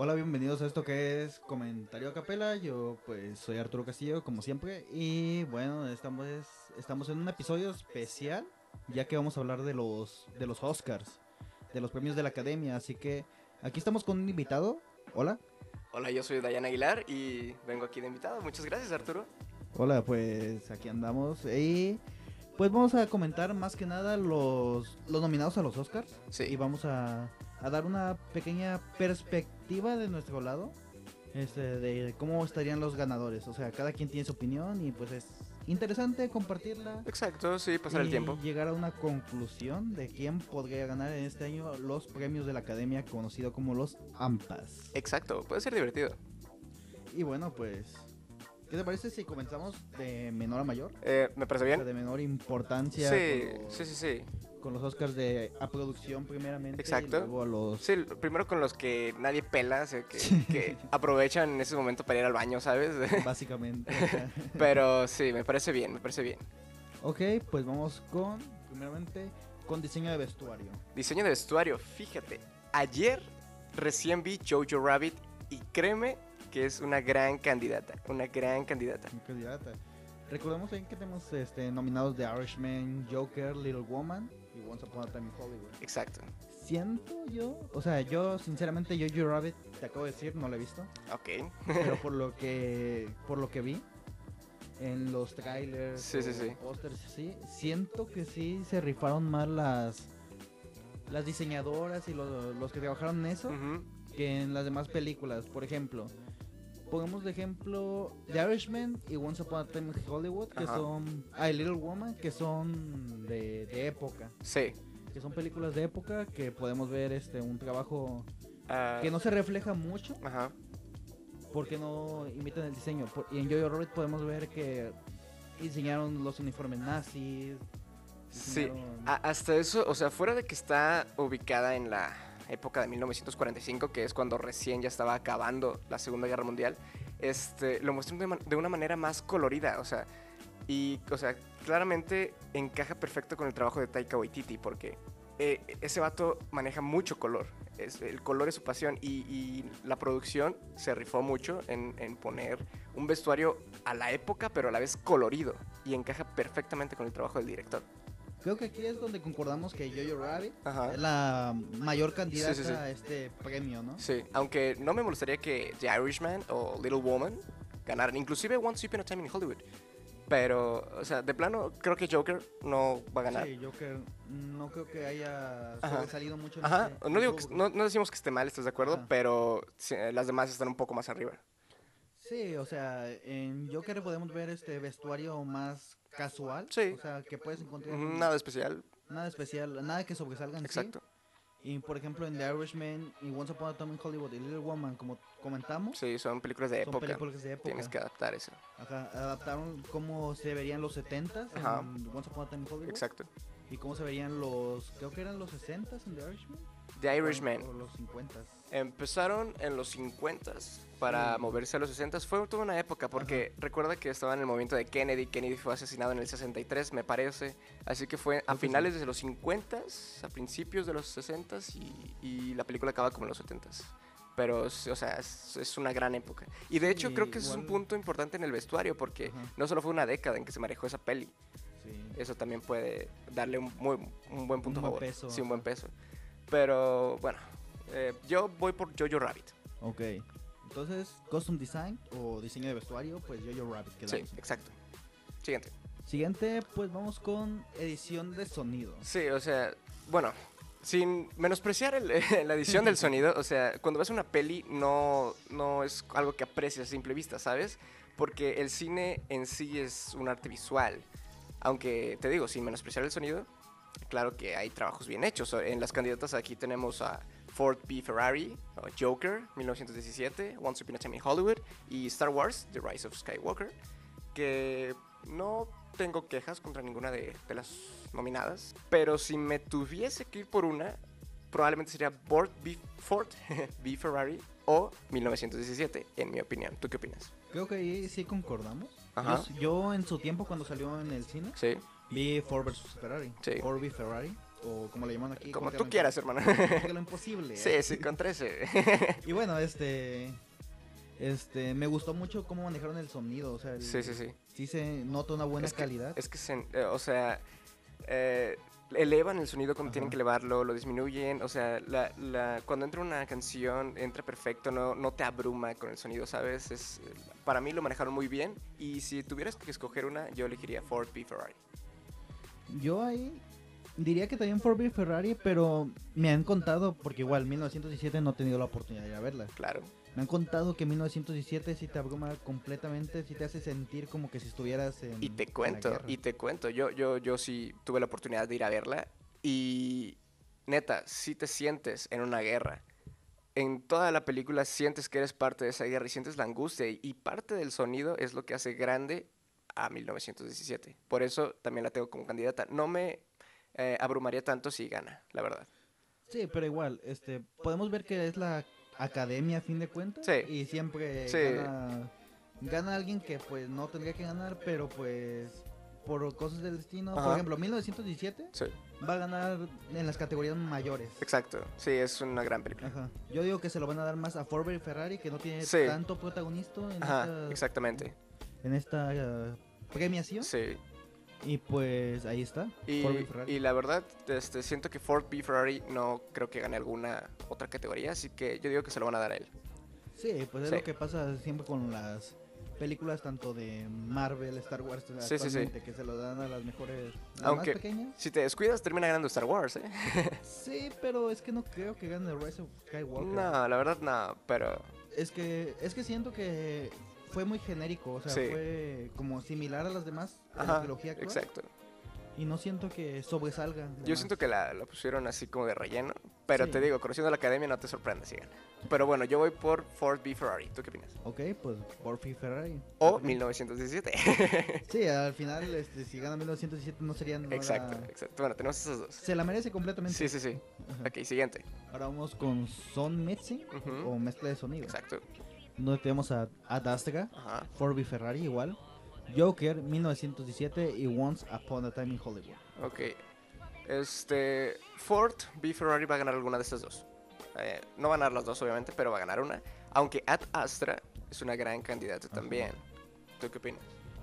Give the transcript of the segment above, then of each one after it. Hola, bienvenidos a esto que es Comentario a Capela. Yo pues soy Arturo Castillo, como siempre. Y bueno, estamos, estamos en un episodio especial, ya que vamos a hablar de los, de los Oscars, de los premios de la Academia. Así que aquí estamos con un invitado. Hola. Hola, yo soy Dayan Aguilar y vengo aquí de invitado. Muchas gracias, Arturo. Hola, pues aquí andamos. Y pues vamos a comentar más que nada los, los nominados a los Oscars. Sí. este, Y vamos a, a dar una pequeña perspectiva de nuestro lado este, de cómo estarían los ganadores. O sea, cada quien tiene su opinión y pues es interesante compartirla. Exacto, sí, pasar el y tiempo. Llegar a una conclusión de quién podría ganar en este año los premios de la academia conocido como los AMPAS. Exacto, puede ser divertido. Y bueno, pues, ¿qué te parece si comenzamos de menor a mayor? Eh, ¿Me parece O sea, bien? de menor importancia. Sí, con los- sí, sí, sí. con los Oscars de a producción primeramente Exacto. y luego a los Sí, lo primero con los que nadie pela, o sea, que, que aprovechan en ese momento para ir al baño, ¿sabes? básicamente. Pero sí, me parece bien, me parece bien. ok, pues vamos con primeramente con diseño de vestuario. Diseño de vestuario, fíjate. Ayer recién vi Jojo Rabbit y créeme que es una gran candidata, una gran candidata. mi candidata. Recordemos bien que tenemos este, nominados de Irishman, Joker, Little Woman y Once Upon a Time in Hollywood. Exacto. Siento yo, o sea, yo sinceramente yo Jojo Rabbit te acabo de decir, no la he visto, Ok. pero por lo que por lo que vi en los trailers, Sí, sí, o sí. pósters, sí, siento que sí se rifaron más las las diseñadoras y los, los que trabajaron en eso Ujú. que en las demás películas. Por ejemplo, pongamos de ejemplo The Irishman y Once Upon a Time in Hollywood, que Ajá. son. Ah, y Little Woman, que son de, de época. Sí. Que son películas de época que podemos ver este un trabajo Ah, que no se refleja mucho Ajá. porque no imitan el diseño. Por- y en Jojo Rabbit podemos ver que diseñaron los uniformes nazis. Sí. diseñaron- A- hasta eso, o sea, fuera de que está ubicada en la época de 1945, que es cuando recién ya estaba acabando la Segunda Guerra Mundial, este, lo muestran de, man- de una manera más colorida, o sea, y, o sea, claramente encaja perfecto con el trabajo de Taika Waititi, porque eh, ese vato maneja mucho color, es- el color es su pasión, y, y la producción se rifó mucho en, en poner un vestuario a la época, pero a la vez colorido, y encaja perfectamente con el trabajo del director. Creo que aquí es donde concordamos que Jojo Rabbit Ajá. es la mayor candidata sí. a este premio, ¿no? Sí, aunque no me molestaría que The Irishman o Little Woman ganaran, inclusive Once Upon a Time in Hollywood. Pero, o sea, de plano, creo que Joker no va a ganar. Sí, Joker no creo que haya Ajá. sobresalido mucho. en Ajá, este- no, digo en que- este no, no decimos que esté mal, ¿estás de acuerdo? Ajá. Pero sí, eh, las demás están un poco más arriba. Sí, o sea, en Joker podemos ver este vestuario más casual. Sí. O sea, que puedes encontrar Ujú, en- Nada especial, nada especial, nada que sobresalga en exacto. sí. Y por ejemplo, en The Irishman y Once Upon a Time in Hollywood y Little Woman, como comentamos, Sí, son películas de son época. películas de época. Tienes que adaptar eso. Ajá, adaptaron cómo se verían los 70s Ajá. en Once Upon a Time in Hollywood. Exacto. Y cómo se verían los, creo que eran los 60s en The Irishman. The o- Irishman. O los 50s. Empezaron en los 50s para Mm. moverse a los 60s. Fue toda una época porque recuerda que estaba en el momento de Kennedy. Kennedy fue asesinado en el 63, me parece. Así que fue a que sí. finales de los 50s, a principios de los 60s y, y la película acaba como en los 70s. Pero, o sea, es, es una gran época. Y de hecho Sí, creo que ese es un igual- punto importante en el vestuario porque Ajá. no solo fue una década en que se manejó esa peli. Sí. Eso también puede darle un, muy, un buen punto buen a favor. peso, Sí, un buen ajá. peso. Pero bueno, eh, yo voy por Jojo Rabbit. Ok. Entonces, custom design o diseño de vestuario, pues Jojo Rabbit Sí, quedamos. exacto. Siguiente. Siguiente, pues vamos con edición de sonido. Sí, o sea, bueno, sin menospreciar el- la edición del sonido, o sea, cuando ves una peli no, no es algo que aprecias a simple vista, ¿sabes? Porque el cine en sí es un arte visual. Aunque te digo, sin menospreciar el sonido, claro que hay trabajos bien hechos. En las candidatas aquí tenemos a Ford P. Ferrari, o Joker, 1917, Once Upon a Time in Hollywood y Star Wars, The Rise of Skywalker, que no tengo quejas contra ninguna de, de las nominadas, pero si me tuviese que ir por una, probablemente sería Ford B. Ford, B. Ferrari o 1917, en mi opinión. ¿Tú qué opinas? Creo que ahí sí concordamos. Ajá. Yo, yo en su tiempo, cuando salió en el cine, Sí, vi Ford vs Ferrari. Sí. Ford v Ferrari. o como le llaman aquí. Como que tú lo impo- quieras, hermano. como que lo imposible. ¿eh? Sí, sí, con 13. Y bueno, este. Este, me gustó mucho cómo manejaron el sonido, o sea, el- Sí, sí, sí. sí se nota una buena Es que- calidad. Es que, se- eh, o sea, eh, elevan el sonido cuando tienen Ajá. que elevarlo, lo disminuyen. O sea, la, la- cuando entra una canción, entra perfecto, no, no te abruma con el sonido, ¿sabes? Es, eh, para mí lo manejaron muy bien. Y si tuvieras que escoger una, yo elegiría Ford v Ferrari. Yo ahí diría que también Ford v Ferrari, pero me han contado, porque igual 1917 no he tenido la oportunidad de ir a verla. Claro. Me han contado que 1917 sí te abruma completamente, sí te hace sentir como que si estuvieras en. Y te en la cuento, guerra. y te cuento. Yo, yo, yo sí tuve la oportunidad de ir a verla. Y neta, si te sientes en una guerra. En toda la película sientes que eres parte de esa guerra y sientes la angustia. Y, y parte del sonido es lo que hace grande a 1917. Por eso también la tengo como candidata. No me eh, abrumaría tanto si gana, la verdad. Sí, pero igual, este, podemos ver que es la academia a fin de cuentas. Sí. Y siempre Sí. gana, gana alguien que pues no tendría que ganar, pero pues por cosas del destino. Por Ajá. ejemplo, 1917 Sí, va a ganar en las categorías mayores. exacto. Sí, es una gran película. Ajá. Yo digo que se lo van a dar más a Ford y Ferrari, que no tiene Sí. tanto protagonista en Ajá, esta, exactamente. en esta eh, premiación. Sí. Y pues ahí está. Y, Ford v Ferrari. y la verdad, este, siento que Ford v Ferrari no creo que gane alguna otra categoría, así que yo digo que se lo van a dar a él. Sí, pues es Sí. lo que pasa siempre con las películas tanto de Marvel, Star Wars, sí, sí. actualmente, que se lo dan a las mejores, a las Aunque- más pequeñas. Si te descuidas, termina ganando Star Wars, ¿eh? Sí, pero es que no creo que gane Rise of Skywalker. No, la verdad no, pero Es que es que siento que fue muy genérico, o sea, Sí. fue como similar a las demás de la ajá, trilogía actual, exacto. y no siento que sobresalga. Yo siento que la, la pusieron así como de relleno, pero Sí. te digo, conociendo la academia no te sorprende si gana. Pero bueno, yo voy por Ford v Ferrari, ¿tú qué opinas? Ok, pues por Fi Ferrari. O Ok. 1917. Sí, al final este, si gana 1917 no sería nada. exacto, exacto. Bueno, tenemos esas dos. Se la merece completamente. Sí, sí, sí. Ajá. Ok, siguiente. Ahora vamos con Son Mixing Ujú. o mezcla de sonido. Exacto. Donde tenemos a, a Dastra, Ajá. Ford v Ferrari igual, Joker 1917 y Once Upon a Time in Hollywood. Ok. Este. Ford v Ferrari va a ganar alguna de estas dos. Eh, no va a ganar las dos, obviamente, pero va a ganar una. Aunque Ad Astra es una gran candidata también. ¿Tú qué opinas?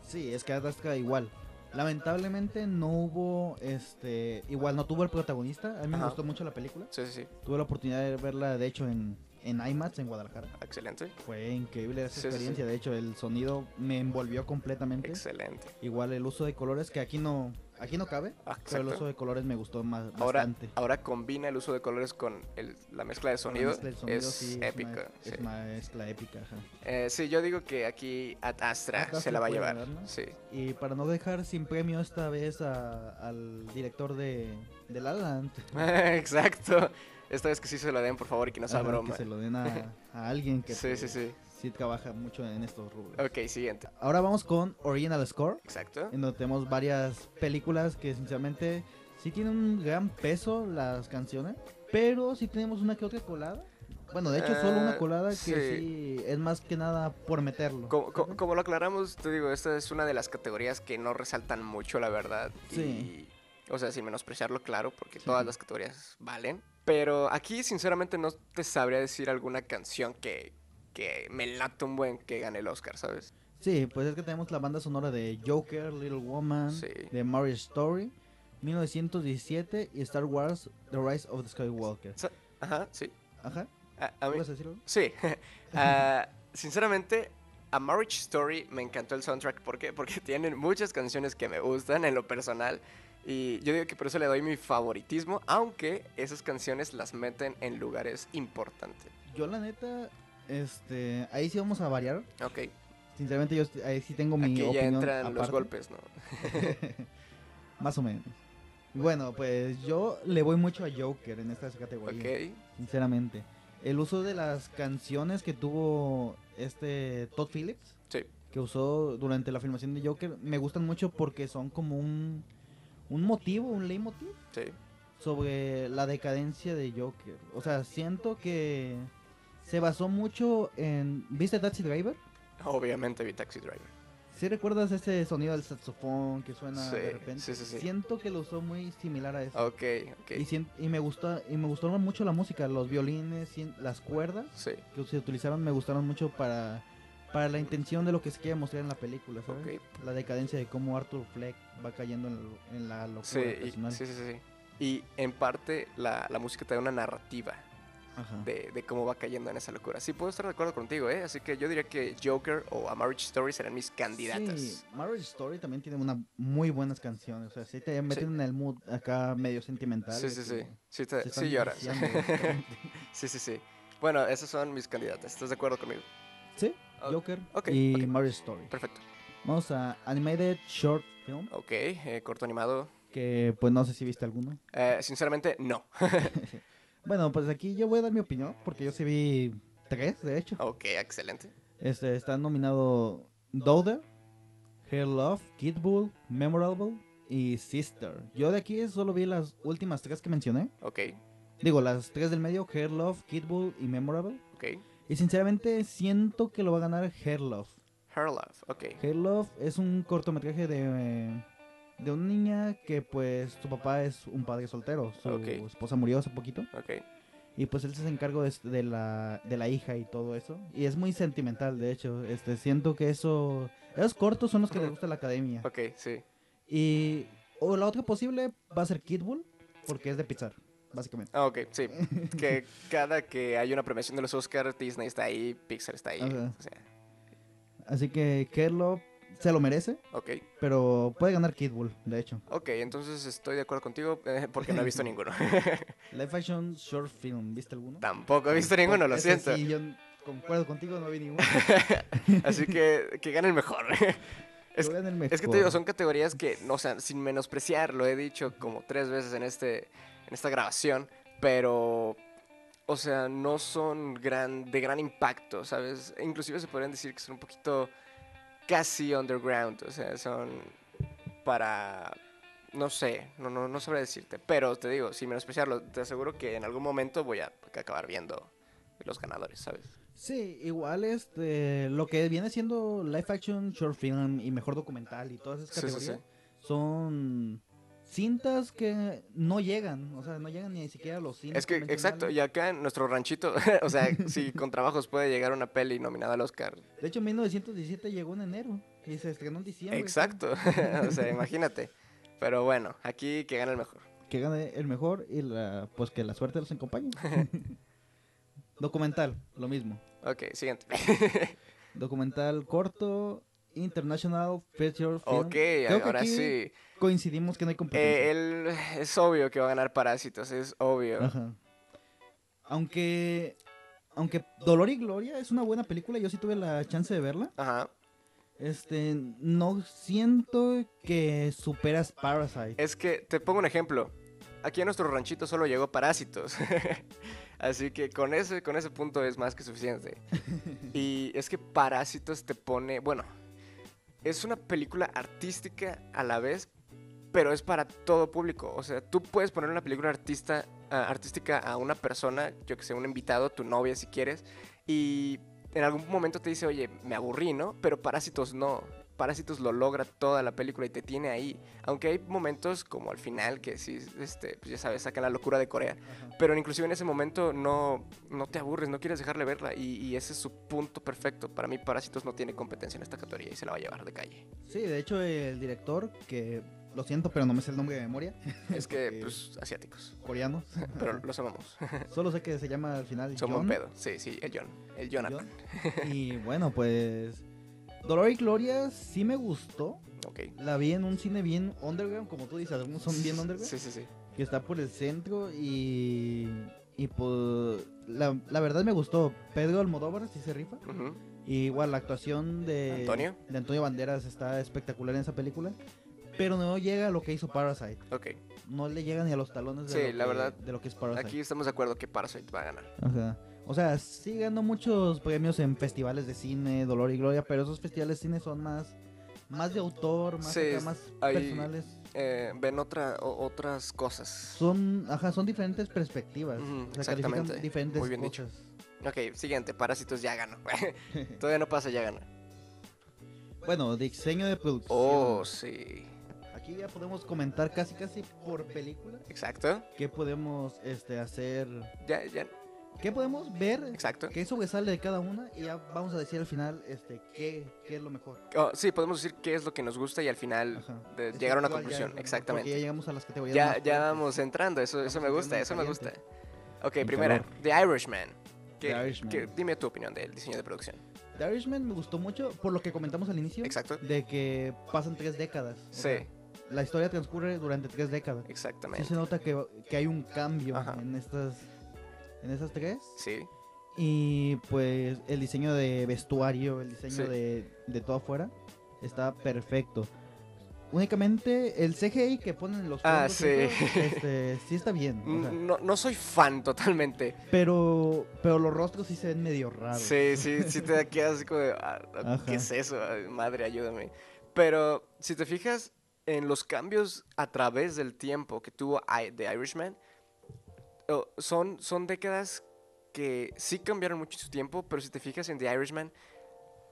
Sí, es que a Dastra igual. Lamentablemente no hubo este igual no tuvo el protagonista. A mí Ajá. me gustó mucho la película. Sí, sí, sí. Tuve la oportunidad de verla de hecho en en IMAX en Guadalajara. Excelente. Fue increíble esa Sí, sí, experiencia, de hecho el sonido me envolvió completamente. Excelente. Igual el uso de colores que aquí no aquí no cabe, Ah, pero el uso exacto. de colores me gustó más Ahora, bastante. ahora combina el uso de colores con el- la mezcla de sonido. mezcla del sonido, es sí, una- épico. sí. Es mezcla épica, ajá. Eh, sí, yo digo que aquí Ad Astra Ad se Astra la va a puede llevar. ganar, ¿no? Sí. Y para no dejar sin premio esta vez a- al director de, de La La Land, exacto. Esta vez que sí se la den, por favor, y que no sea ajá, broma. que se lo den a, a alguien que Sí, pues, sí, sí. sí trabaja mucho en estos rubros. Ok, siguiente. Ahora vamos con Original Score, Exacto. en donde tenemos varias películas que sinceramente sí tienen un gran peso las canciones, pero sí tenemos una que otra colada. Bueno, de hecho solo Eh, una colada que sí. sí es más que nada por meterlo. Como, co- ¿sabes? como lo aclaramos, te digo, esta es una de las categorías que no resaltan mucho, la verdad. Sí. Y, o sea, sin menospreciarlo, claro, porque Sí. todas las categorías valen. Pero aquí, sinceramente, no te sabría decir alguna canción que, que me lata un buen que gane el Oscar, ¿sabes? Sí, pues es que tenemos la banda sonora de Joker, Little Woman, Sí. de Marriage Story, 1917 y Star Wars The Rise of the Skywalker. Sa- Ajá, sí. Ajá, A, a mí, ¿ibas a decir algo? sí. Ah, sinceramente, a Marriage Story me encantó el soundtrack. ¿Por qué? Porque tienen muchas canciones que me gustan en lo personal. Y yo digo que por eso le doy mi favoritismo, aunque esas canciones las meten en lugares importantes. Yo la neta, este, ahí sí vamos a variar. Ok. Sinceramente yo est- ahí sí tengo mi Aquí ya opinión entran los aparte. golpes, ¿no? Más o menos. Bueno, pues yo le voy mucho a Joker en esta categoría, Ok. sinceramente. El uso de las canciones que tuvo este Todd Phillips Sí. que usó durante la filmación de Joker me gustan mucho porque son como un, un motivo, un leitmotiv Sí. sobre la decadencia de Joker. O sea, siento que se basó mucho en... ¿Viste Taxi Driver? Obviamente vi Taxi Driver. ¿Sí recuerdas ese sonido del saxofón que suena Sí, de repente? sí, sí, sí. Siento que lo usó muy similar a eso. Ok, ok. Y, sien- y me gusta y me gustó mucho la música, los violines, sien- las cuerdas Sí, que se utilizaron me gustaron mucho para para la intención de lo que se quiere mostrar en la película, ¿sabes? ok. La decadencia de cómo Arthur Fleck va cayendo en, lo- en la locura Sí, y- personal. sí, sí, sí. Y en parte la, la música te da una narrativa Ajá. de, de cómo va cayendo en esa locura. Sí, puedo estar de acuerdo contigo, ¿eh? Así que yo diría que Joker o A Marriage Story serán mis candidatas. Sí, Marriage Story también tiene una muy buenas canciones, o sea, sí te meten en el mood acá medio sentimental. Sí, de sí, que sí. Sí, te- se están sí lloras. divorciando, básicamente. sí, sí, sí. Bueno, esas son mis candidatas. ¿Estás de acuerdo conmigo? sí, Ok, Joker ok, y ok. Marriage Story. Perfecto. Vamos a Animated Short Film, Ok, eh, corto animado. que pues no sé si viste alguno. Eh, sinceramente, no. Bueno, pues aquí yo voy a dar mi opinión, porque yo sí vi tres, de hecho. Ok, excelente. Este, está nominado Daughter, Her Love, Kid Bull, Memorable y Sister. Yo de aquí solo vi las últimas tres que mencioné. Ok, Digo, las tres del medio, Her Love, Kid Bull y Memorable. ok. Y sinceramente siento que lo va a ganar Her Love. Her Love, ok. Her Love es un cortometraje de, eh, de una niña que pues su papá es un padre soltero. Su Ok. esposa murió hace poquito. Ok, Y pues él se hace encargo de, de la, de la hija y todo eso. Y es muy sentimental, de hecho. Este, siento que eso... Esos cortos son los que le gusta a la academia. ok, sí. Y... O la otra posible va a ser Kid Bull, porque es de Pixar, básicamente. Ah, ok, sí. que cada que hay una premiación de los Oscars, Disney está ahí, Pixar está ahí. Ajá. O sea, Así que Kerlo se lo merece, ok, pero puede ganar Kid Bull, de hecho. ok, entonces estoy de acuerdo contigo eh, porque no he visto ninguno. Live Action Short Film, ¿viste alguno? Tampoco he visto ninguno, lo Ese siento. Sí, yo concuerdo contigo, no vi ninguno. Así que que gane el mejor. Es- Yo voy en el Es que te mejor. digo, son categorías que, no, o sea, sin menospreciar, lo he dicho como tres veces en, este, en esta grabación, pero, o sea, no son gran, de gran impacto, ¿sabes? E Inclusive se podrían decir que son un poquito casi underground, o sea, son para, no sé, no, no, no sabré decirte, pero te digo, sin menospreciarlo, te aseguro que en algún momento voy a acabar viendo los ganadores, ¿sabes? Sí, igual este lo que viene siendo live action, short film y mejor documental y todas esas Sí, sí, sí. categorías son cintas que no llegan, o sea, no llegan ni siquiera a los cines. Es que, exacto, convencionales. y acá en nuestro ranchito, o sea, si con trabajos puede llegar una peli nominada al Oscar. De hecho, en 1917 llegó en enero y se estrenó en diciembre. Exacto, o sea, imagínate. Pero bueno, aquí que gana el mejor. Que gane el mejor y la, pues que la suerte los acompañe. documental, lo mismo. Ok, siguiente. Documental corto, International Feature Film. ok, Creo que ahora aquí sí. Coincidimos que no hay competencia. Eh, él es obvio que va a ganar Parásitos, es obvio. Ajá. Aunque aunque Dolor y Gloria es una buena película, yo sí tuve la chance de verla. Ajá. Este, no siento que superas Parasite. Es que te pongo un ejemplo. Aquí en nuestro ranchito solo llegó Parásitos. Así que con ese, con ese punto es más que suficiente. Y es que Parásitos te pone. Bueno, es una película artística a la vez, pero es para todo público. O sea, tú puedes poner una película artista, ah, artística a una persona, yo que sé, un invitado, tu novia si quieres, y en algún momento te dice, oye, me aburrí, ¿no? Pero Parásitos no. Parásitos lo logra toda la película y te tiene ahí. Aunque hay momentos como al final que sí, este, pues ya sabes, sacan la locura de Corea. Ajá. Pero inclusive en ese momento no, no te aburres, no quieres dejarle verla. Y, y ese es su punto perfecto. Para mí Parásitos no tiene competencia en esta categoría y se la va a llevar de calle. Sí, de hecho el director que lo siento, pero no me sé el nombre de memoria, Es que, Ok. pues, asiáticos. coreano. Pero los amamos. Solo sé que se llama al final Somos John. un pedo. Sí, sí, el John. El Jonathan. John. Y bueno, pues Dolor y Gloria sí me gustó. Ok. La vi en un cine bien underground, como tú dices, algunos son bien underground. Sí, sí, sí. que está por el centro y, y pues la, la verdad me gustó. Pedro Almodóvar si se rifa. Ujú. Y igual la actuación de ¿Antonio? de Antonio Banderas está espectacular en esa película. Pero no llega a lo que hizo Parasite. Ok. No le llega ni a los talones de, Sí, lo, la que, verdad, de lo que es Parasite. Aquí estamos de acuerdo que Parasite va a ganar. O, sea, o sea, sí ganó muchos premios en festivales de cine, Dolor y Gloria, pero esos festivales de cine son más, más de autor, más, Sí, acá, es- más hay- personales. Eh, ven otra, o- otras cosas. Son, ajá, son diferentes perspectivas. Ujú, o sea, califican exactamente. diferentes Muy bien dicho. cosas. Ok, siguiente. Parásitos ya ganó. Todavía no pasa, ya ganó. Bueno, diseño de producción. Oh, sí. Aquí ya podemos comentar casi casi por película Exacto. qué podemos este, hacer, Ya, ya. qué podemos ver, Exacto. qué sobresale de cada una y ya vamos a decir al final este, qué, qué es lo mejor. Oh, sí, podemos decir qué es lo que nos gusta y al final Ajá. de- Es Eh, llegar a actual ya una es conclusión. lo mejor, Exactamente. porque ya llegamos a las categorías. Ya, más ya fuertes. vamos entrando, eso, eso me entrando gusta, en eso me gusta. caliente. Ok, En primera, calor. The Irishman. ¿Qué- The Irishman. qué- dime tu opinión del diseño de producción. The Irishman me gustó mucho por lo que comentamos al inicio. Exacto. De que pasan tres décadas. O Sí, sea, la historia transcurre durante tres décadas. Sí exactamente. se nota que, que hay un cambio Ajá. en estas en esas tres. Sí, Y pues el diseño de vestuario, el diseño Sí. de, de todo afuera, está perfecto. Únicamente el CGI que ponen en los Ah, fondos y sí. eso, este, sí está bien. o sea, no, no soy fan totalmente. pero, pero los rostros sí se ven medio raros. Sí, sí, sí te da- quedas así como de, "Ah, ah, Ajá. ¿qué es eso? Ay, Madre, ayúdame. Pero si te fijas en los cambios a través del tiempo que tuvo I- The Irishman, oh, son, son décadas que sí cambiaron mucho su tiempo, pero si te fijas en The Irishman,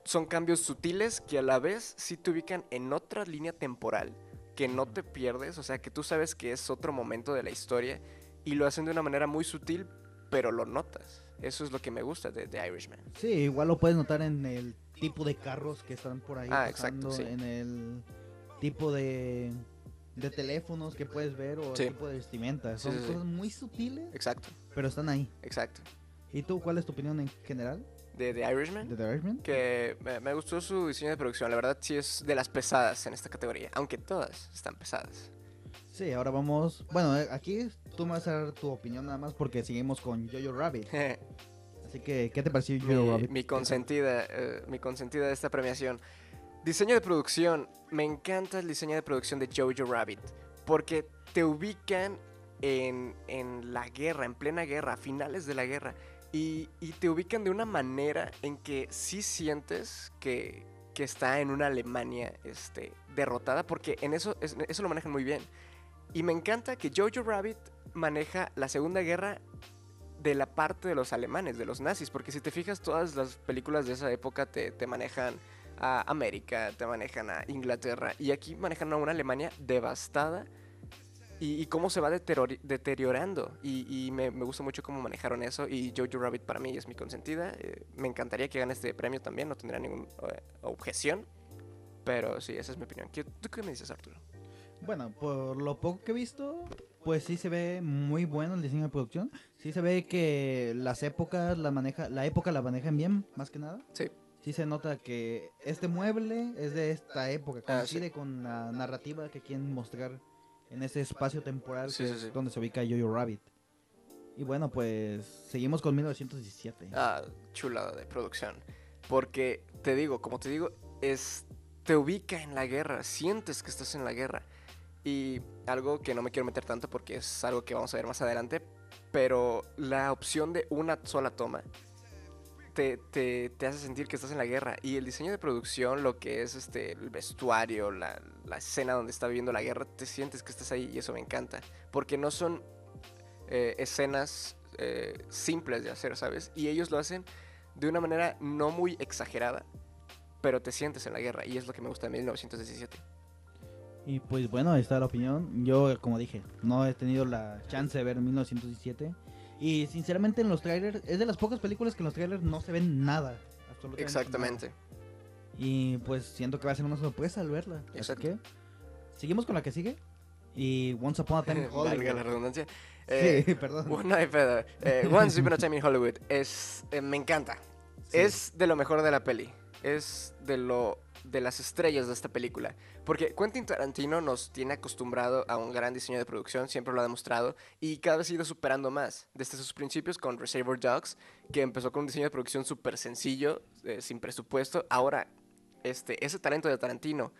son cambios sutiles que a la vez sí te ubican en otra línea temporal, que no te pierdes, o sea, que tú sabes que es otro momento de la historia y lo hacen de una manera muy sutil, pero lo notas. Eso es lo que me gusta de The Irishman. Sí, igual lo puedes notar en el tipo de carros que están por ahí Ah, pasando, exacto, sí. en el tipo de, de teléfonos que puedes ver o Sí. el tipo de vestimenta. Sí, Son sí, sí. cosas muy sutiles, Exacto, pero están ahí. exacto. ¿Y tú cuál es tu opinión en general De The Irishman, de The Irishman? que me, me gustó su diseño de producción. La verdad, sí es de las pesadas en esta categoría, aunque todas están pesadas. Sí, ahora vamos. Bueno, eh, aquí tú me vas a dar tu opinión nada más porque seguimos con Jojo Rabbit. Así que, ¿qué te pareció Jojo mi, Rabbit? mi consentida, eh, mi consentida de esta premiación. Diseño de producción. Me encanta el diseño de producción de Jojo Rabbit. Porque te ubican en, en la guerra, en plena guerra, a finales de la guerra. Y, y te ubican de una manera en que sí sientes que, que está en una Alemania este, derrotada. Porque en eso, es- eso lo manejan muy bien. Y me encanta que Jojo Rabbit maneja la Segunda Guerra de la parte de los alemanes, de los nazis, porque si te fijas todas las películas de esa época te, te manejan a América, te manejan a Inglaterra, y aquí manejan a una Alemania devastada y, y cómo se va deteriori- deteriorando, y, y me, me gusta mucho cómo manejaron eso, y Jojo Rabbit para mí es mi consentida, eh, me encantaría que gane este premio también, no tendría ninguna objeción, pero sí, esa es mi opinión. ¿Qué- ¿Tú qué me dices, Arturo? Bueno, por lo poco que he visto, pues sí se ve muy bueno el diseño de producción. Sí se ve que las épocas la maneja, la época la manejan bien, más que nada. Sí, Sí se nota que este mueble es de esta época, Ah, coincide con la narrativa que quieren mostrar en ese espacio temporal Sí, que sí, es sí. donde se ubica Jojo Rabbit. Y bueno, pues seguimos con 1917. Ah, chulada de producción. Porque te digo, como te digo, es, te ubica en la guerra, sientes que estás en la guerra. Y algo que no me quiero meter tanto porque es algo que vamos a ver más adelante, pero la opción de una sola toma te, te- te hace sentir que estás en la guerra. Y el diseño de producción, lo que es este, el vestuario, la, la escena donde está viviendo la guerra, te sientes que estás ahí y eso me encanta. Porque no son eh, escenas eh, simples de hacer, ¿sabes? Y ellos lo hacen de una manera no muy exagerada, pero te sientes en la guerra y es lo que me gusta de 1917. Y pues bueno, ahí está la opinión. Yo, como dije, no he tenido la chance de ver 1917. Y sinceramente en los trailers, es de las pocas películas que en los trailers no se ven nada. absolutamente Exactamente. nada. Y pues siento que va a ser una sorpresa al verla. Así Exacto. que, seguimos con la que sigue. Y Once Upon a Time in Valga la Hollywood. redundancia. Eh, Sí, perdón. Bueno, no hay pedo. Eh, Once Upon a Time in Hollywood es, eh, me encanta. Sí. Es de lo mejor de la peli. Es de lo de las estrellas de esta película. Porque Quentin Tarantino nos tiene acostumbrado a un gran diseño de producción, siempre lo ha demostrado, y cada vez ha ido superando más. Desde sus principios con Reservoir Dogs, que empezó con un diseño de producción súper sencillo, eh, sin presupuesto, ahora este, ese talento de Tarantino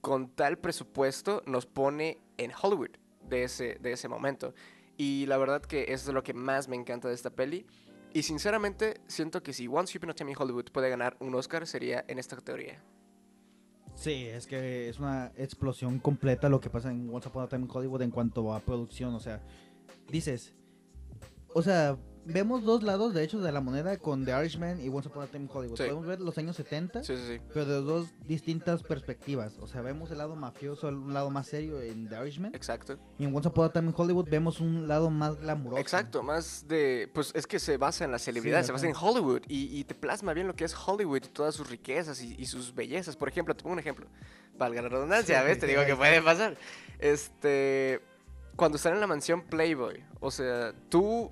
con tal presupuesto nos pone en Hollywood de ese, de ese momento. Y la verdad que eso es lo que más me encanta de esta peli. Y sinceramente siento que si Once Upon a Time in Hollywood puede ganar un Oscar sería en esta categoría. Sí, es que es una explosión completa lo que pasa en Once Upon a Time in Hollywood en cuanto a producción. O sea, dices, o sea, vemos dos lados, de hecho, de la moneda con The Irishman y Once Upon a Time in Hollywood. Sí. Podemos ver los años 70, Sí, sí, sí. pero de dos distintas perspectivas. O sea, vemos el lado mafioso, un lado más serio en The Irishman. Exacto. Y en Once Upon a Time in Hollywood vemos un lado más glamuroso. Exacto, más de. Pues es que se basa en la celebridad, se basa en ajá. Hollywood y, y te plasma bien lo que es Hollywood y todas sus riquezas y, y sus bellezas. Por ejemplo, te pongo un ejemplo. Valga la redundancia, Sí, ¿ves? Te digo ahí que está. puede pasar. Este. Cuando están en la mansión Playboy, o sea, tú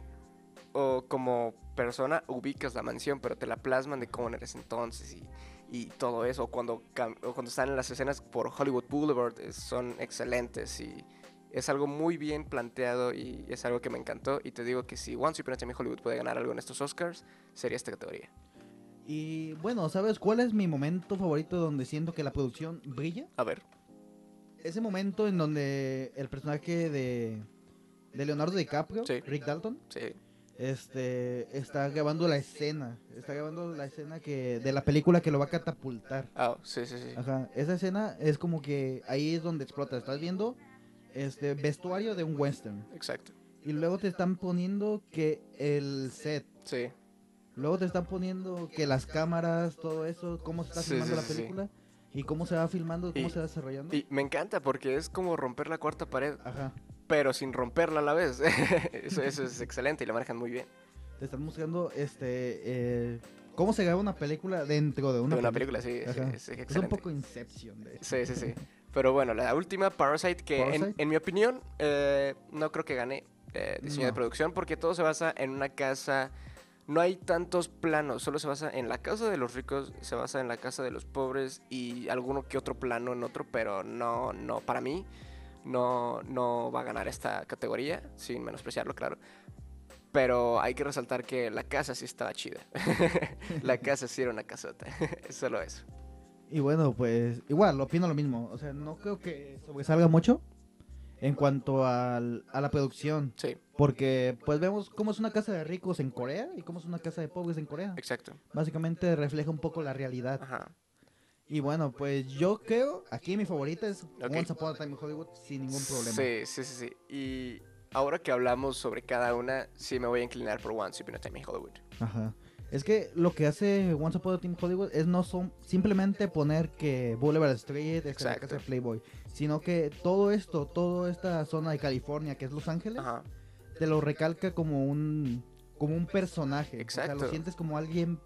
o como persona ubicas la mansión, pero te la plasman de cómo eres entonces y, y todo eso. O Cuando, cam- o cuando están en las escenas por Hollywood Boulevard, eh, son excelentes y es algo muy bien planteado y es algo que me encantó. Y te digo que si Once Upon a Time in Hollywood puede ganar algo en estos Oscars, sería esta categoría. Y bueno, ¿sabes cuál es mi momento favorito donde siento que la producción brilla? A ver, Ese momento en donde el personaje de, de Leonardo DiCaprio, Sí. Rick Dalton, sí, este, está grabando la escena. Está grabando la escena que de la película que lo va a catapultar. ah, sí, sí, sí. Ajá, esa escena es como que ahí es donde explota. Estás viendo este vestuario de un western. Exacto, Y luego te están poniendo que el set. sí. Luego te están poniendo que las cámaras, todo eso, cómo se está Sí, filmando sí, la sí, sí. película y cómo se va filmando, cómo Y- se va desarrollando. Y me encanta porque es como romper la cuarta pared, Ajá, pero sin romperla a la vez. eso, eso es excelente y la manejan muy bien. te están mostrando este eh, cómo se graba una película dentro de una, De una película, sí, es, Ajá. es Es un excelente. poco Inception, de hecho. Sí, sí, sí. Pero bueno, la última, Parasite, que en- En, Parasite. mi opinión eh, no creo que gane eh, diseño de No. producción porque todo se basa en una casa... No hay tantos planos, solo se basa en la casa de los ricos, se basa en la casa de los pobres y alguno que otro plano en otro, pero no, no, para mí no, no va a ganar esta categoría, sin menospreciarlo, claro. Pero hay que resaltar que la casa sí estaba chida. la casa sí era una casota, solo eso. Y bueno, pues igual, opino lo mismo. O sea, no creo que sobresalga mucho en cuanto al- a la producción. Sí, Porque pues vemos cómo es una casa de ricos en Corea y cómo es una casa de pobres en Corea. exacto. Básicamente refleja un poco la realidad. Ajá. Y bueno, pues yo creo, aquí mi favorita es Ok. Once Upon a Time in Hollywood sin ningún problema. Sí, sí, sí, sí. Y ahora que hablamos sobre cada una, sí me voy a inclinar por Once Upon a Time in Hollywood. Ajá. Es que lo que hace Once Upon a Time in Hollywood es no son simplemente poner que Boulevard Street es la Exacto. casa de Playboy, sino que todo esto, toda esta zona de California que es Los Ángeles, Ajá. te lo recalca como un como un personaje. O sea, Exacto. lo sientes como alguien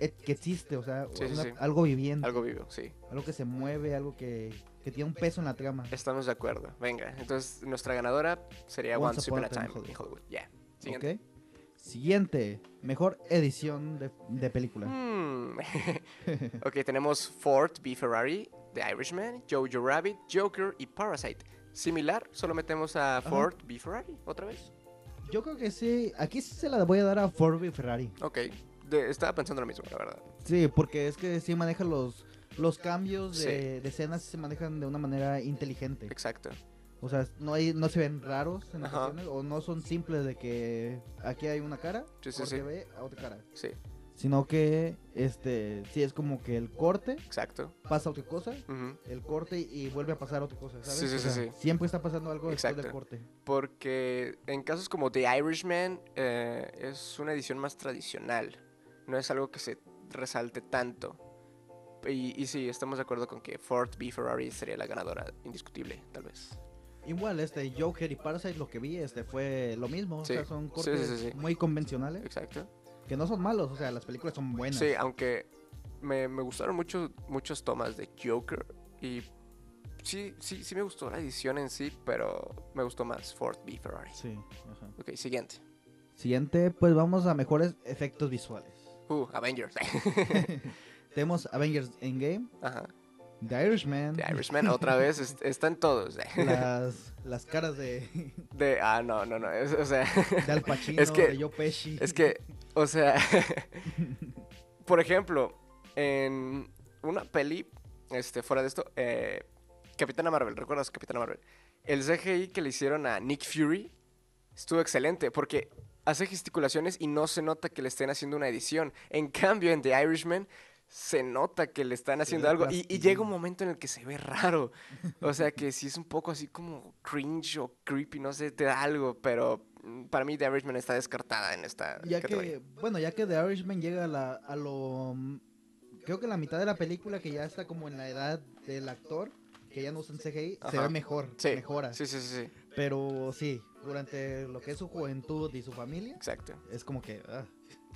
et- que existe, o sea, Sí, sí, una- sí. algo viviente, algo... Algo vivo, sí. que se mueve, algo que, que tiene un peso en la trama. Estamos de acuerdo. Venga, entonces nuestra ganadora sería Once, Upon a Time in Hollywood. Ya. Siguiente. ¿Ok? Siguiente, mejor edición de, de película. Mm. ok, tenemos Ford v Ferrari, The Irishman, Jojo Rabbit, Joker y Parasite. Similar, solo metemos a Ford v Ferrari otra vez. Yo creo que sí, aquí sí se la voy a dar a Ford v Ferrari. Ok, de- estaba pensando lo mismo, la verdad. Sí, porque es que sí maneja los, los cambios de, de escenas, se manejan de una manera inteligente. Exacto. O sea, no, hay, no se ven raros en Ajá. ocasiones, o no son simples de que aquí hay una cara, Sí, sí, corte sí. B a otra cara. Sí, Sino que, este, sí es como que el corte exacto. pasa a otra cosa, Ujú. el corte y vuelve a pasar a otra cosa, ¿sabes? Sí, sí, O sí, sea, sí. Siempre está pasando algo después del Exacto. corte. Porque en casos como The Irishman eh, es una edición más tradicional. No es algo que se resalte tanto. Y, y sí, estamos de acuerdo con que Ford v Ferrari sería la ganadora indiscutible, tal vez. Igual, este, Joker y Parasite, lo que vi, este, fue lo mismo. Sí. O sea, son Sí, cortes sí, sí, sí. muy convencionales, Exacto. que no son malos, o sea, las películas son buenas. Sí, aunque me, me gustaron mucho, muchas tomas de Joker. Y sí, sí, sí me gustó la edición en sí, pero me gustó más Ford v Ferrari. Sí, ajá. Ok, siguiente. Siguiente, pues vamos a mejores efectos visuales. Uh, Avengers. Tenemos Avengers Endgame, Ajá. The Irishman, The Irishman, otra vez, est- están todos. eh. las, las caras de, De, ah, no, no, no. es- o sea, de Al Pacino, Es que- de Joe Pesci. es que, o sea, por ejemplo, en una peli, este, fuera de esto, eh, Capitana Marvel, ¿recuerdas Capitana Marvel? El CGI que le hicieron a Nick Fury estuvo excelente porque hace gesticulaciones y no se nota que le estén haciendo una edición. En cambio, en The Irishman se nota que le están haciendo ve algo y, y llega plastilina. un momento en el que se ve raro. O sea que sí es un poco así como cringe o creepy, no sé, te da algo, pero mm, para mí The Irishman está descartada en esta Ya categoría. que, bueno, ya que The Irishman llega a, la, a lo... mm, Creo que la mitad de la película que ya está como en la edad del actor, que ya no usan CGI, se Ajá. ve mejor, Sí, mejora. Sí, sí, sí, sí, Pero sí, durante lo que es su juventud y su familia, exacto. es como que... ah,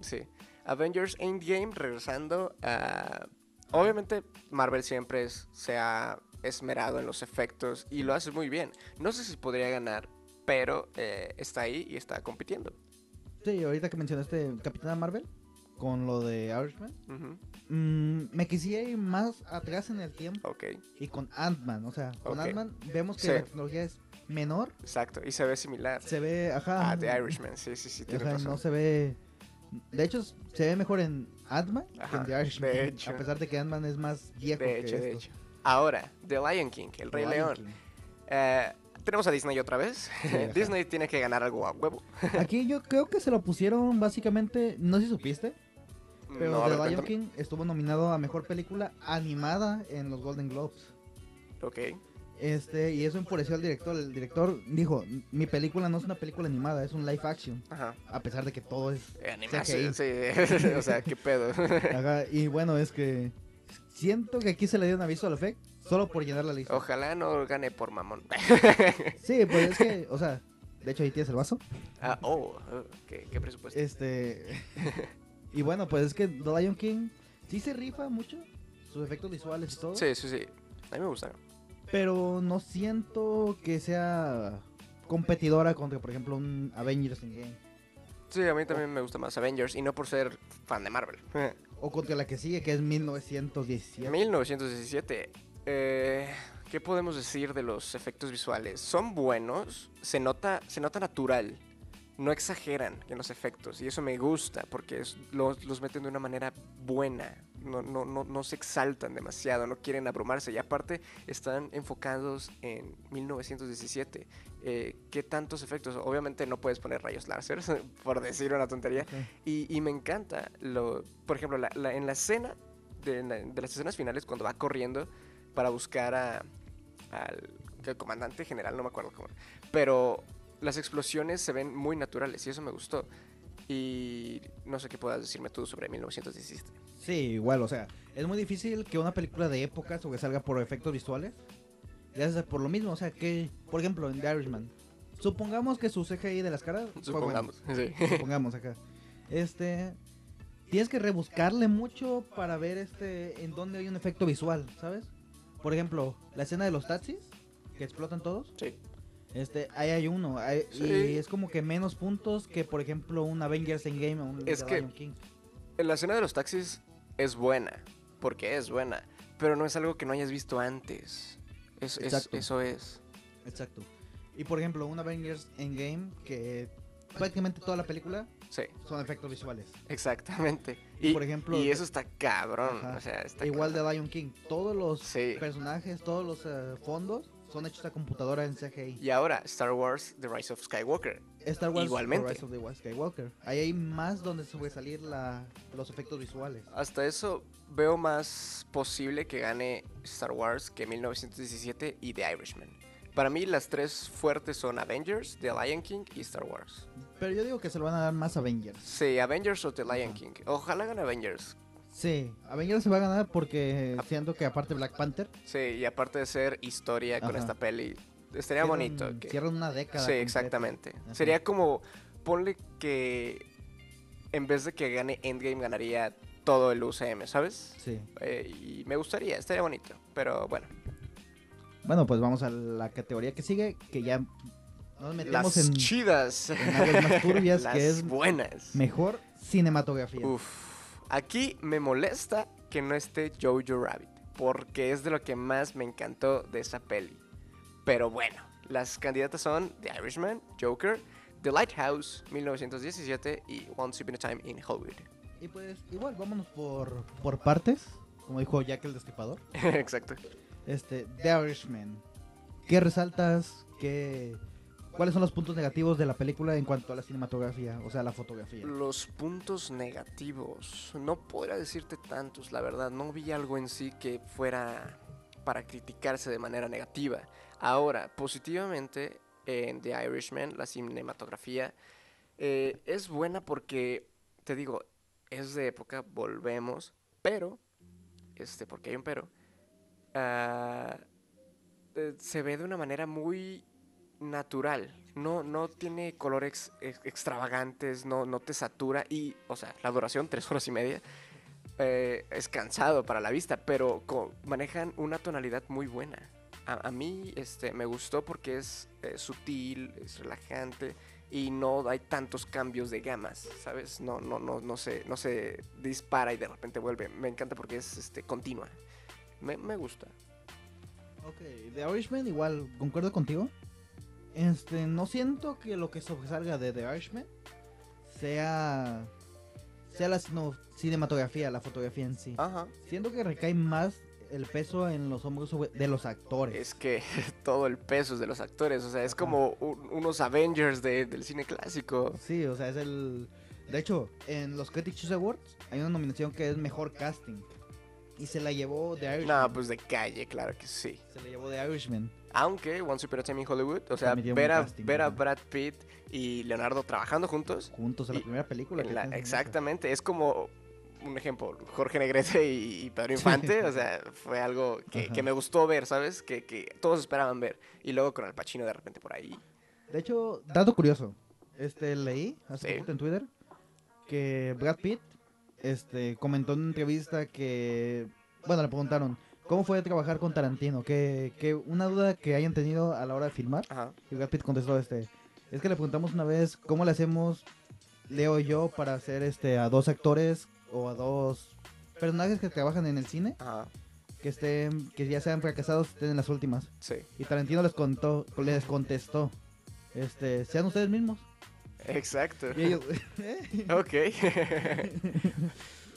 Sí. Avengers Endgame, regresando a... Obviamente Marvel siempre es- se ha esmerado en los efectos y lo hace muy bien. No sé si podría ganar, pero eh, está ahí y está compitiendo. Sí, ahorita que mencionaste Capitana Marvel con lo de Irishman, Ujú, mm, me quisiera ir más atrás en el tiempo Ok, y con Ant-Man, o sea, con Ok. Ant-Man vemos que Sí. la tecnología es menor, exacto. Y se ve similar se ve, ajá, a The Irishman. Ah, Sí, sí, sí, ajá, tienes razón. Ah. no se ve, de hecho se ve mejor en Ant-Man que Ajá, en The Irishman, de hecho. a pesar de que Ant-Man es más viejo De que hecho, de esto. hecho. Ahora, The Lion King, El Rey Lion León. King. Eh, tenemos a Disney otra vez. Sí, ajá. Disney tiene que ganar algo a huevo. Aquí yo creo que se lo pusieron básicamente, no sé si supiste, pero no, a The ver, Lion cuéntame. King estuvo nominado a Mejor Película Animada en los Golden Globes. Ok. Este, y eso enfureció al director. El director dijo, mi película no es una película animada, es un live action. Ajá. A pesar de que todo es... Eh, Animación, CGI. sí. o sea, qué pedo. Ajá, y bueno, es que siento que aquí se le dio un aviso al effect solo por llenar la lista. Ojalá no gane por mamón. Sí, pues es que, o sea, de hecho ahí tienes el vaso. Ah, oh, oh, qué, qué presupuesto. Este... y bueno, pues es que The Lion King sí se rifa mucho, sus efectos visuales y todo. Sí, sí, sí. A mí me gusta. Pero no siento que sea competidora contra, por ejemplo, un Avengers Endgame. Sí, a mí también me gusta más Avengers y no por ser fan de Marvel. O contra la que sigue, que es 1917. 1917. eh, ¿Qué podemos decir de los efectos visuales? Son buenos, se nota, se nota natural. No exageran en los efectos y eso me gusta porque es- los, los meten de una manera buena. No, no, no, no se exaltan demasiado, no quieren abrumarse y aparte están enfocados en 1917. Eh, ¿Qué tantos efectos? Obviamente no puedes poner rayos láser, por decir una tontería, Ok. y, y me encanta, lo, por ejemplo, la- la- en la escena, de, en la- de las escenas finales, cuando va corriendo para buscar a, al al comandante general, no me acuerdo cómo. Pero las explosiones se ven muy naturales y eso me gustó. Y no sé qué puedas decirme tú sobre 1917. Sí, igual, o sea, es muy difícil que una película de época sobresalga por efectos visuales. Gracias a- por lo mismo, o sea, que, por ejemplo, en The Irishman, supongamos que su CGI de las caras, fue bueno, Supongamos. Sí. supongamos acá. Este, tienes que rebuscarle mucho para ver este en dónde hay un efecto visual, ¿sabes? Por ejemplo, la escena de los taxis que explotan todos, Sí. este, ahí hay uno, ahí- Sí. y es como que menos puntos que por ejemplo un Avengers Endgame o un Es The que- Lion King. En La escena de los taxis es buena, porque es buena, pero no es algo que no hayas visto antes. Es- es- Exacto. eso es. Exacto. Y por ejemplo, un Avengers Endgame que prácticamente toda la película Sí. son efectos visuales. Exactamente. Y, por ejemplo, y de- eso está cabrón. Ajá. O sea, está Igual cabrón. de Lion King, todos los Sí. personajes, todos los eh, fondos son hechos a computadora en CGI. Y ahora, Star Wars The Rise of Skywalker. Star Wars Igualmente. The Rise of the Wa- Skywalker. Ahí hay más donde sobresalir la, los efectos visuales. Hasta eso veo más posible que gane Star Wars que 1917 y The Irishman. Para mí las tres fuertes son Avengers, The Lion King y Star Wars. Pero yo digo que se lo van a dar más a Avengers. Sí, Avengers o The Lion Ajá. King. Ojalá gane Avengers. Sí, Avengers se va a ganar porque siento que aparte Black Panther Sí, y aparte de ser historia con Ajá. esta peli, estaría bonito. cierran- que... cierran una década. Sí, completa. exactamente. Ajá. Sería como, ponle que en vez de que gane Endgame ganaría todo el UCM, ¿sabes? Sí. Eh, y me gustaría, estaría bonito, pero bueno. Bueno, pues vamos a la categoría que sigue, que ya nos metemos Las en, chidas, en aguas más turbias, las que es buenas. mejor cinematografía. Uf, aquí me molesta que no esté Jojo Rabbit, porque es de lo que más me encantó de esa peli. Pero bueno, las candidatas son The Irishman, Joker, The Lighthouse, 1917 y Once Upon a Time in Hollywood. Y pues igual, vámonos por, por partes, como dijo Jack el Destripador. Exacto. Este, The Irishman. ¿Qué resaltas? ¿Qué, ¿Cuáles son los puntos negativos de la película en cuanto a la cinematografía? O sea, la fotografía. Los puntos negativos. No podría decirte tantos, la verdad. No vi algo en sí que fuera para criticarse de manera negativa. Ahora, positivamente, en The Irishman, la cinematografía. Eh, es buena porque, te digo, es de época, volvemos, pero, este, porque hay un pero, ah, eh, se ve de una manera muy natural. No, no tiene colores ex- extravagantes, no, no te satura y, o sea, la duración, tres horas y media, eh, es cansado para la vista, pero co- manejan una tonalidad muy buena. A, a mí este, me gustó porque es eh, sutil, es relajante y no hay tantos cambios de gamas, ¿sabes? No, no, no, no, se, no se dispara y de repente vuelve. Me encanta porque es este, continua. Me, me gusta. Ok, The Irishman igual, concuerdo contigo. Este, no siento que lo que sobresalga de The Irishman sea sea la cino- cinematografía, la fotografía en sí. Ajá. Siento que recae más el peso en los hombros sobre- de los actores. Es que todo el peso es de los actores, o sea, es Ajá. como un- unos Avengers de- del cine clásico. Sí, o sea, es el De hecho, en los Critics Choice Awards hay una nominación que es mejor casting y se la llevó The Irishman. No, pues de calle, claro que sí. Se la llevó The Irishman. Aunque Once Upon a Time in Hollywood, o sea, También tiene un ver a, casting, ver a ajá. Brad Pitt y Leonardo trabajando juntos, Juntos en Y- la primera película. que en la- tienen juntos. exactamente, es como un ejemplo, Jorge Negrete y, y Pedro Infante, o sea, fue algo que, Ajá. que me gustó ver, ¿sabes? Que, que todos esperaban ver. Y luego con Al Pacino de repente por ahí. De hecho, dato curioso. Este leí hace Sí. poquito en Twitter que Brad Pitt este comentó en una entrevista que bueno, le preguntaron ¿Cómo fue trabajar con Tarantino? Que, que una duda que hayan tenido a la hora de filmar. Ajá. Y Brad Pitt contestó este. Es que le preguntamos una vez cómo le hacemos Leo y yo para hacer este a dos actores o a dos personajes que trabajan en el cine, Ajá. que estén, que ya sean fracasados, estén en las últimas. Sí. Y Tarantino les contó, les contestó, este, sean ustedes mismos. Exacto. Y ellos, ¿eh? Ok.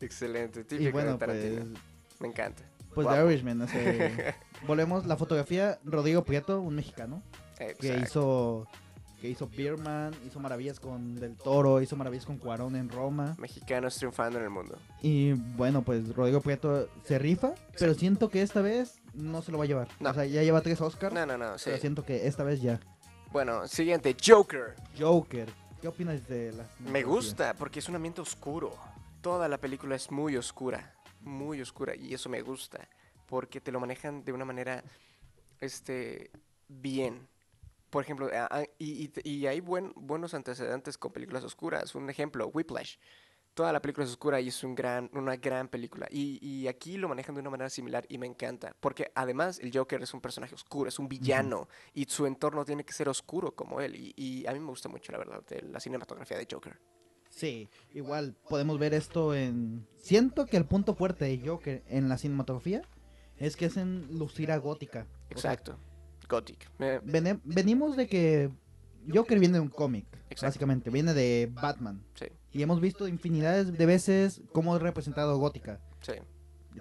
Excelente, típico y bueno, de Tarantino. pues, Me encanta. pues The Guapo. Irishman, o sea, volvemos, la fotografía, Rodrigo Prieto, un mexicano, que Exacto. hizo, que hizo Beerman, hizo maravillas con Del Toro, hizo maravillas con Cuarón en Roma, Mexicanos triunfando en el mundo. y bueno, pues Rodrigo Prieto se rifa, pero siento que esta vez no se lo va a llevar, No. o sea, ya lleva tres Oscars, No, no, no. sí. pero siento que esta vez ya. Bueno, siguiente, Joker. Joker, ¿qué opinas de la Me gusta porque es un ambiente oscuro. Toda la película es muy oscura, muy oscura y eso me gusta porque te lo manejan de una manera, este, bien. Por ejemplo, a- a- y, y te- y hay buen- buenos antecedentes con películas oscuras. Un ejemplo, Whiplash. Toda la película es oscura y es un gran, una gran película. Y, y aquí lo manejan de una manera similar y me encanta. Porque además el Joker es un personaje oscuro, es un villano. Y su entorno tiene que ser oscuro como él. Y, y a mí me gusta mucho, la verdad, de la cinematografía de Joker. Sí, igual podemos ver esto en... Siento que el punto fuerte de Joker en la cinematografía es que es en lucira gótica. O sea, Exacto. Gothic. Me- vene- venimos de que Joker viene de un cómic, Exacto. básicamente, viene de Batman. sí, Y hemos visto infinidades de veces cómo es representado gótica, sí,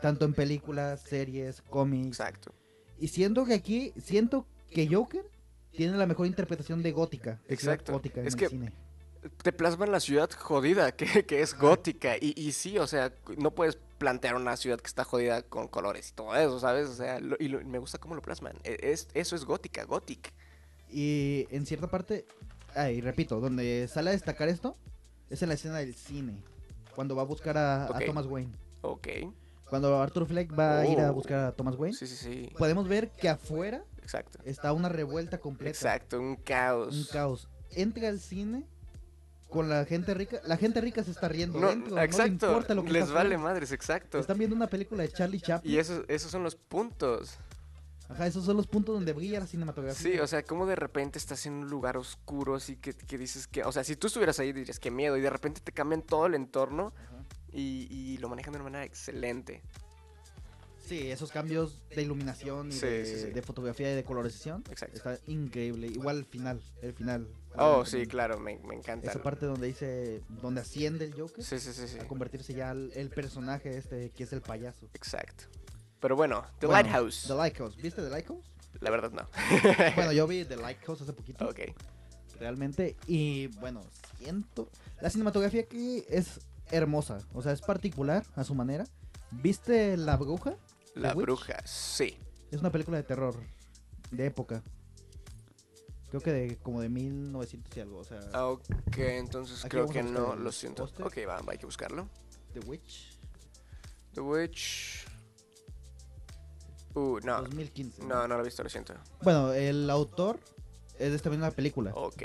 tanto en películas, series, cómics. exacto. Y siento que aquí, siento que Joker tiene la mejor interpretación de gótica. de ciudad Exacto. gótica en Es el que- cine. Te plasman la ciudad jodida, que, que es gótica. Y, y sí, o sea, no puedes plantear una ciudad que está jodida con colores y todo eso, ¿sabes? O sea, lo- y lo- me gusta cómo lo plasman. E- es- eso es gótica, gothic. Y en cierta parte, ay, repito, donde sale a destacar esto es en la escena del cine. Cuando va a buscar a, a Ok. Thomas Wayne. Ok. Cuando Arthur Fleck va a ir a Oh. buscar a Thomas Wayne. Sí, sí, sí. Podemos ver que afuera Exacto. está una revuelta completa. Exacto, un caos. Un caos. Entra al cine con la gente rica. La gente rica se está riendo. No, dentro, no le exacto. importa lo que les está vale afuera. madres, exacto. Están viendo una película de Charlie Chaplin. Y eso, esos son los puntos. Ajá, esos son los puntos donde brilla la cinematografía. Sí, o sea, como de repente estás en un lugar oscuro, así que, que dices que, o sea, si tú estuvieras ahí dirías que miedo, y de repente te cambian todo el entorno Ajá. y, y lo manejan de una manera excelente. Sí, esos cambios de iluminación y Sí, de, sí, sí. de fotografía y de colorización. Exacto. Está increíble. Igual el final, el final. Oh, obviamente, sí, claro, me, me encanta. Esa parte donde dice, donde asciende el Joker Sí, sí, sí, sí. a convertirse ya al- el personaje este que es el payaso. Exacto. Pero bueno, The Bueno, Lighthouse. The Lighthouse. ¿Viste The Lighthouse? La verdad no. bueno, yo vi The Lighthouse hace poquito, ok. realmente. Y bueno, siento. La cinematografía aquí es hermosa. O sea, es particular a su manera. ¿Viste La Bruja? La Witch? bruja, sí. Es una película de terror. De época. Creo que de como de 1900 y algo, o sea, Ah, Ok, entonces Aquí creo vamos a que buscar no, el lo siento. póster. Ok, va, va, hay que buscarlo. The Witch The Witch. Uh, no. 2015. No, no lo he visto, lo siento. Bueno, el autor es de esta misma película. Ok,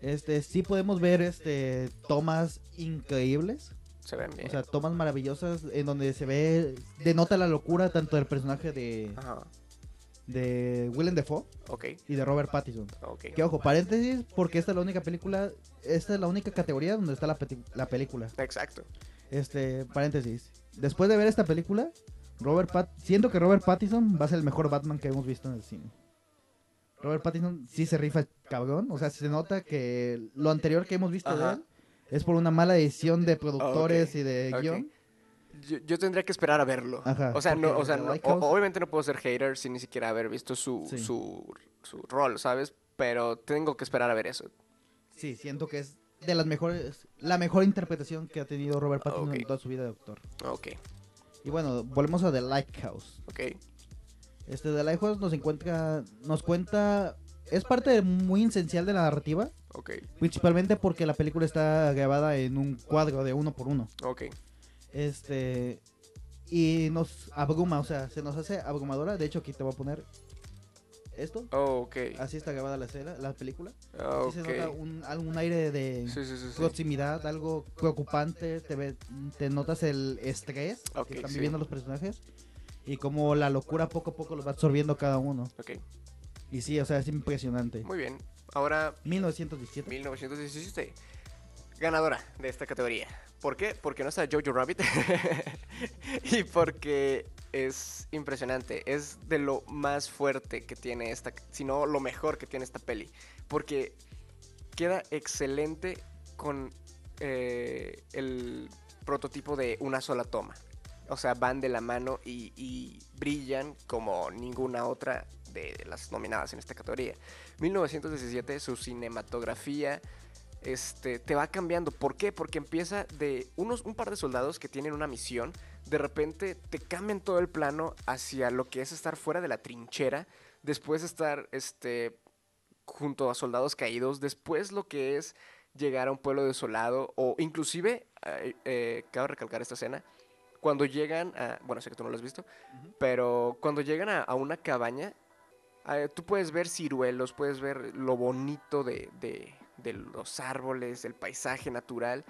Este, sí podemos ver este tomas increíbles, se ven bien. o sea, tomas maravillosas en donde se ve denota la locura tanto del personaje de Ajá, de Willem Dafoe ok, y de Robert Pattinson. ok. Que ojo, paréntesis, porque esta es la única película, esta es la única categoría donde está la, peti- la película. Exacto. Este, paréntesis. Después de ver esta película, Robert Pat siento que Robert Pattinson va a ser el mejor Batman que hemos visto en el cine. Robert Pattinson sí se rifa cabrón, o sea, se nota que lo anterior que hemos visto Ajá. de él es por una mala edición de productores Ok, y de ok. guión. Yo, yo tendría que esperar a verlo. Ajá, o sea, no, porque o sea, The no- Lighthouse- o- obviamente no puedo ser hater sin ni siquiera haber visto su, Sí. su, su rol, ¿sabes? Pero tengo que esperar a ver eso. Sí, siento que es de las mejores, la mejor interpretación que ha tenido Robert Pattinson Ok. en toda su vida de actor. Ok, Y bueno, volvemos a The Lighthouse. ok. Este de Lighthouse nos encuentra, nos cuenta, es parte muy esencial de la narrativa, Ok, principalmente porque la película está grabada en un cuadro de uno por uno. ok. Este y nos abruma, o sea, se nos hace abrumadora. De hecho, aquí te voy a poner esto. Ok, Así está grabada la escena, la película. ok. Ah, Sí se nota un, algún aire de Sí, sí, sí, sí. proximidad, algo preocupante, te, ve- te notas el estrés Ok, que están sí. viviendo los personajes y como la locura poco a poco los va absorbiendo cada uno. Ok, Y sí, o sea, es impresionante. muy bien. Ahora 1917. 1917. Ganadora de esta categoría. ¿Por qué? Porque no está Jojo Rabbit. y porque es impresionante. Es de lo más fuerte que tiene esta. Si no, lo mejor que tiene esta peli. Porque queda excelente con eh, el prototipo de una sola toma. O sea, van de la mano y, y brillan como ninguna otra de las nominadas en esta categoría. 1917, su cinematografía este, te va cambiando. ¿Por qué? Porque empieza de unos, un par de soldados que tienen una misión, de repente te cambian todo el plano hacia lo que es estar fuera de la trinchera, después estar este, junto a soldados caídos, después lo que es llegar a un pueblo desolado, o inclusive, eh, eh, cabe recalcar esta escena, cuando llegan a, bueno, sé que tú no lo has visto, Ujú. pero cuando llegan a, a una cabaña, eh, tú puedes ver ciruelos, puedes ver lo bonito de, de- de los árboles, el paisaje natural,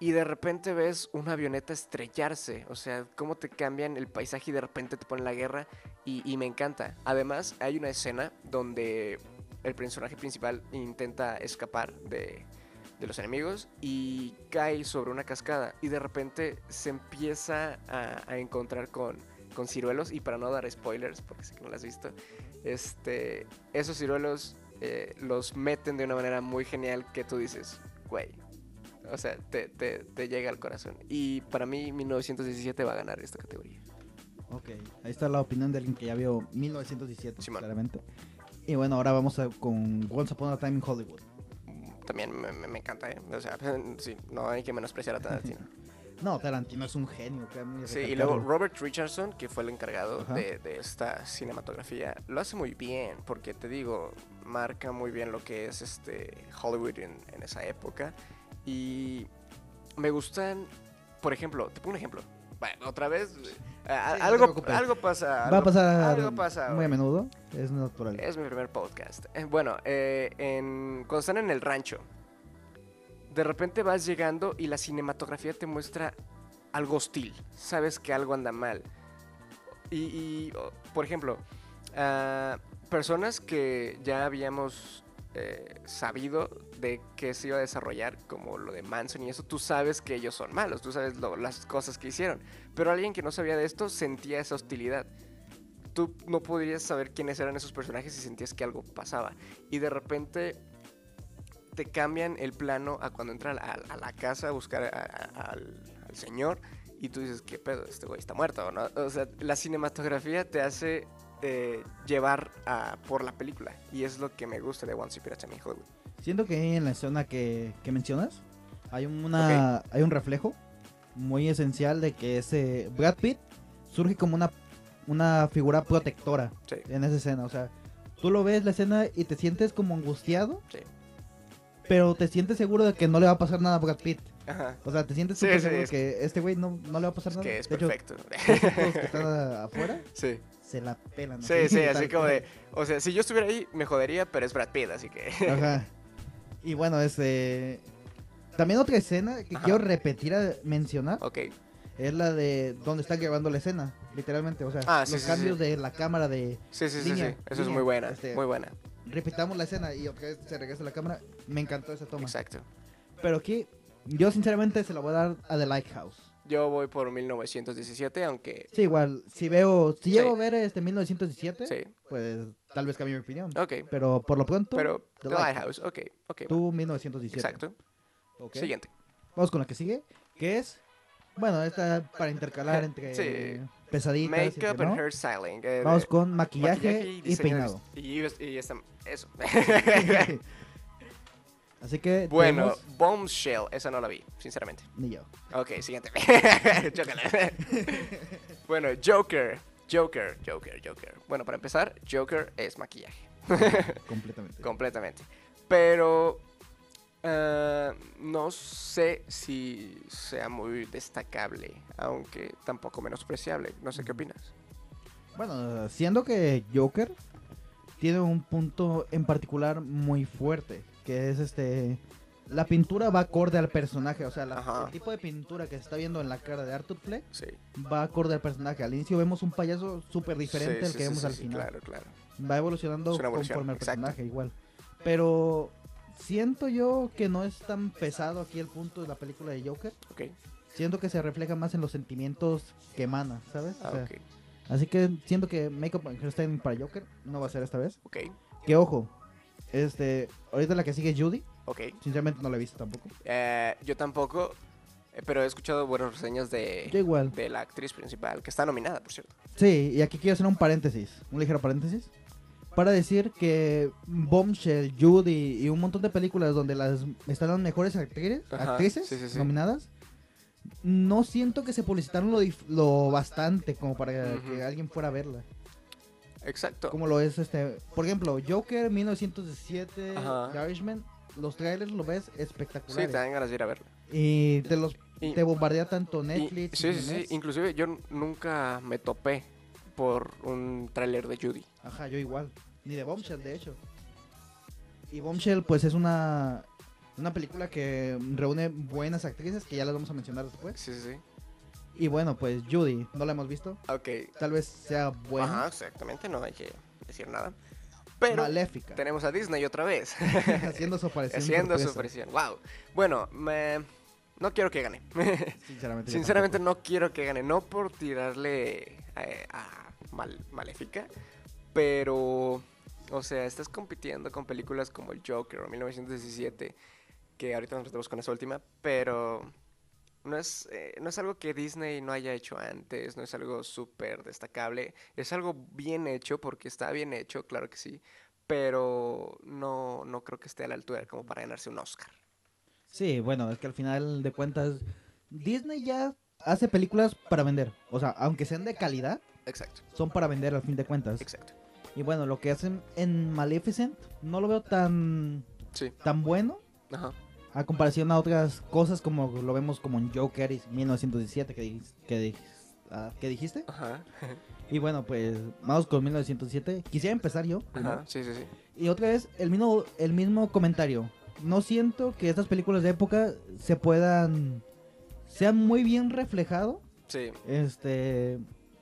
y de repente ves una avioneta estrellarse, o sea, cómo te cambian el paisaje y de repente te ponen la guerra, y, y me encanta. Además, hay una escena donde el personaje principal intenta escapar de, de los enemigos y cae sobre una cascada y de repente se empieza a, a encontrar con, con ciruelos y para no dar spoilers, porque sé que no las has visto, este, esos ciruelos eh, los meten de una manera muy genial que tú dices, güey. O sea, te, te- te llega al corazón. Y para mí, 1917 va a ganar esta categoría. Ok, ahí está la opinión de alguien que ya vio 1917, Simón. claramente. Y bueno, ahora vamos a, con Once Upon a Time in Hollywood. Mm, También me, me- me encanta, ¿eh? O sea, sí, no hay que menospreciar a Tarantino. No, Tarantino es un genio. que ni Ah, Sí, y luego recalcarlo. Robert Richardson, que fue el encargado Ajá. de, de esta cinematografía, lo hace muy bien, porque te digo, marca muy bien lo que es este Hollywood en, en esa época. Y me gustan, por ejemplo, te pongo un ejemplo. Bueno, otra vez, eh, a- Sí, no te algo, preocupes. algo pasa. Va a algo- pasar algo pasa muy a hoy. menudo, es natural. Es mi primer podcast. Eh, Bueno, eh, en, cuando están en el rancho, de repente vas llegando y la cinematografía te muestra algo hostil. Sabes que algo anda mal. Y, y, o- por ejemplo, ah, personas que ya habíamos eh, sabido de que se iba a desarrollar, como lo de Manson y eso, tú sabes que ellos son malos, tú sabes lo- las cosas que hicieron. Pero alguien que no sabía de esto sentía esa hostilidad. Tú no podrías saber quiénes eran esos personajes si sentías que algo pasaba. Y de repente te cambian el plano a cuando entran a, a la casa a buscar a- a- al, al señor y tú dices, ¿qué pedo? Este güey está muerto, ¿no? O sea, la cinematografía te hace eh, llevar a- por la película y es lo que me gusta de Once Upon a Time in Hollywood. Siento que en la escena que, que mencionas hay, una, hay un reflejo muy esencial de que ese Brad Pitt surge como una, una figura protectora Sí. en esa escena. O sea, Tú lo ves la escena y te sientes como angustiado, Sí. pero te sientes seguro de que no le va a pasar nada a Brad Pitt. Ajá. O sea, te sientes Sí, súper sí, seguro es- que este güey no, no le va a pasar Es nada. que es de hecho, perfecto. los tipos que están a- afuera Sí, se la pelan. sí, sí, tal así como cual. de. O sea, si yo estuviera ahí, me jodería, pero es Brad Pitt, así que. Ajá. Y bueno, este. También otra escena que Ajá. quiero repetir, a mencionar, Ok. es la de donde están grabando la escena, literalmente. O sea, Ah, sí, los sí, cambios sí. de la cámara de Sí, sí, sí, Línea, sí. Eso es línea, muy buena. este, Muy buena. repitamos la escena y otra vez se regresa la cámara. Me encantó esa toma. Exacto. Pero aquí, yo sinceramente se la voy a dar a The Lighthouse. Yo voy por 1917, aunque. Sí, igual, si veo, si llego Sí. a ver este 1917, Sí. pues tal vez cambie mi opinión. Ok. Pero por lo pronto, Pero The The Lighthouse. Lighthouse, ok, ok. va. tú 1917. Exacto. Ok. Siguiente. Vamos con la que sigue, que es, bueno, esta para intercalar entre Sí. pesaditas. y Makeup que no. and hair styling. eh, Vamos eh, con maquillaje, y diseño de peinado. vest- Y, vest- y esta- eso. Así que bueno, tenemos- Bombshell, esa no la vi, sinceramente. ni yo. Ok, siguiente. Chócala. bueno, Joker. Joker, Joker, Joker. Bueno, para empezar, Joker es maquillaje. Completamente. Completamente. Pero eh, no sé si sea muy destacable, aunque tampoco menospreciable. No sé qué opinas. Bueno, siendo que Joker tiene un punto en particular muy fuerte, que es este... La pintura va acorde al personaje, o sea, la- Ajá. el tipo de pintura que se está viendo en la cara de Arthur Fleck Sí. va acorde al personaje. Al inicio vemos un payaso súper diferente Sí, al sí, que sí, vemos sí, al sí, final. Claro, claro. Va evolucionando Es una evolución, conforme al exacto. personaje, igual. Pero siento yo que no es tan pesado aquí el punto de la película de Joker. Ok. Siento que se refleja más en los sentimientos que emana, ¿sabes? O Ah, sea, ok. Así que siento que Makeup and Hairstyling para Joker no va a ser esta vez. Ok. Que ojo, este, ahorita la que sigue es Judy. Ok. Sinceramente no la he visto tampoco. Eh, yo tampoco, eh, pero he escuchado buenas reseñas Yo de, igual. de la actriz principal, que está nominada, por cierto. Sí, y aquí quiero hacer un paréntesis, un ligero paréntesis. Para decir que Bombshell, Judy y un montón de películas donde las están las mejores actrices, Ajá, actrices sí, sí, sí. nominadas, no siento que se publicitaron lo, dif- lo bastante como para Ujú. que alguien fuera a verla. Exacto. Como lo es este, por ejemplo, Joker 1917, Ajá. The Irishman, los trailers lo ves Sí, te espectaculares. dan ganas de ir a verla. y te los Y- te bombardea tanto y- Netflix, sí, sí, sí. Cinemex. Inclusive yo n- nunca me topé por un tráiler de Judy. Ajá, yo igual. Ni de Bombshell, de hecho. Y Bombshell, pues es una, una película que reúne buenas actrices, que ya las vamos a mencionar después. Sí, sí, sí. Y bueno, pues Judy, no la hemos visto. Ok. Tal vez sea Ajá, buena. exactamente, no hay que decir nada. Pero maléfica. tenemos a Disney otra vez, haciendo su aparición. haciendo su sorpresa, presión. Wow. Bueno, me- no quiero que gane. Sinceramente. yo Sinceramente tampoco. no quiero que gane, no por tirarle eh, a Mal- Maléfica, pero, o sea, estás compitiendo con películas como El Joker o 1917, que ahorita nos metemos con esa última, pero no es, eh, no es algo que Disney no haya hecho antes, no es algo súper destacable, es algo bien hecho porque está bien hecho, claro que sí, pero no, no creo que esté a la altura como para ganarse un Oscar. Sí, bueno, es que al final de cuentas, Disney ya hace películas para vender. O sea, aunque sean de calidad, Exacto, son para vender al fin de cuentas. exacto. Y bueno, lo que hacen en Maleficent no lo veo tan, Sí, tan bueno. ajá. A comparación a otras cosas como lo vemos como en Joker y 1917 que, dijis- que, dijis- ah, que dijiste. Ajá, Y bueno, pues vamos con 1907. Quisiera empezar yo. primero. ajá, sí, sí, sí. Y otra vez, el mismo, el mismo comentario. No siento que estas películas de época se puedan... Sean muy bien reflejado Sí, este,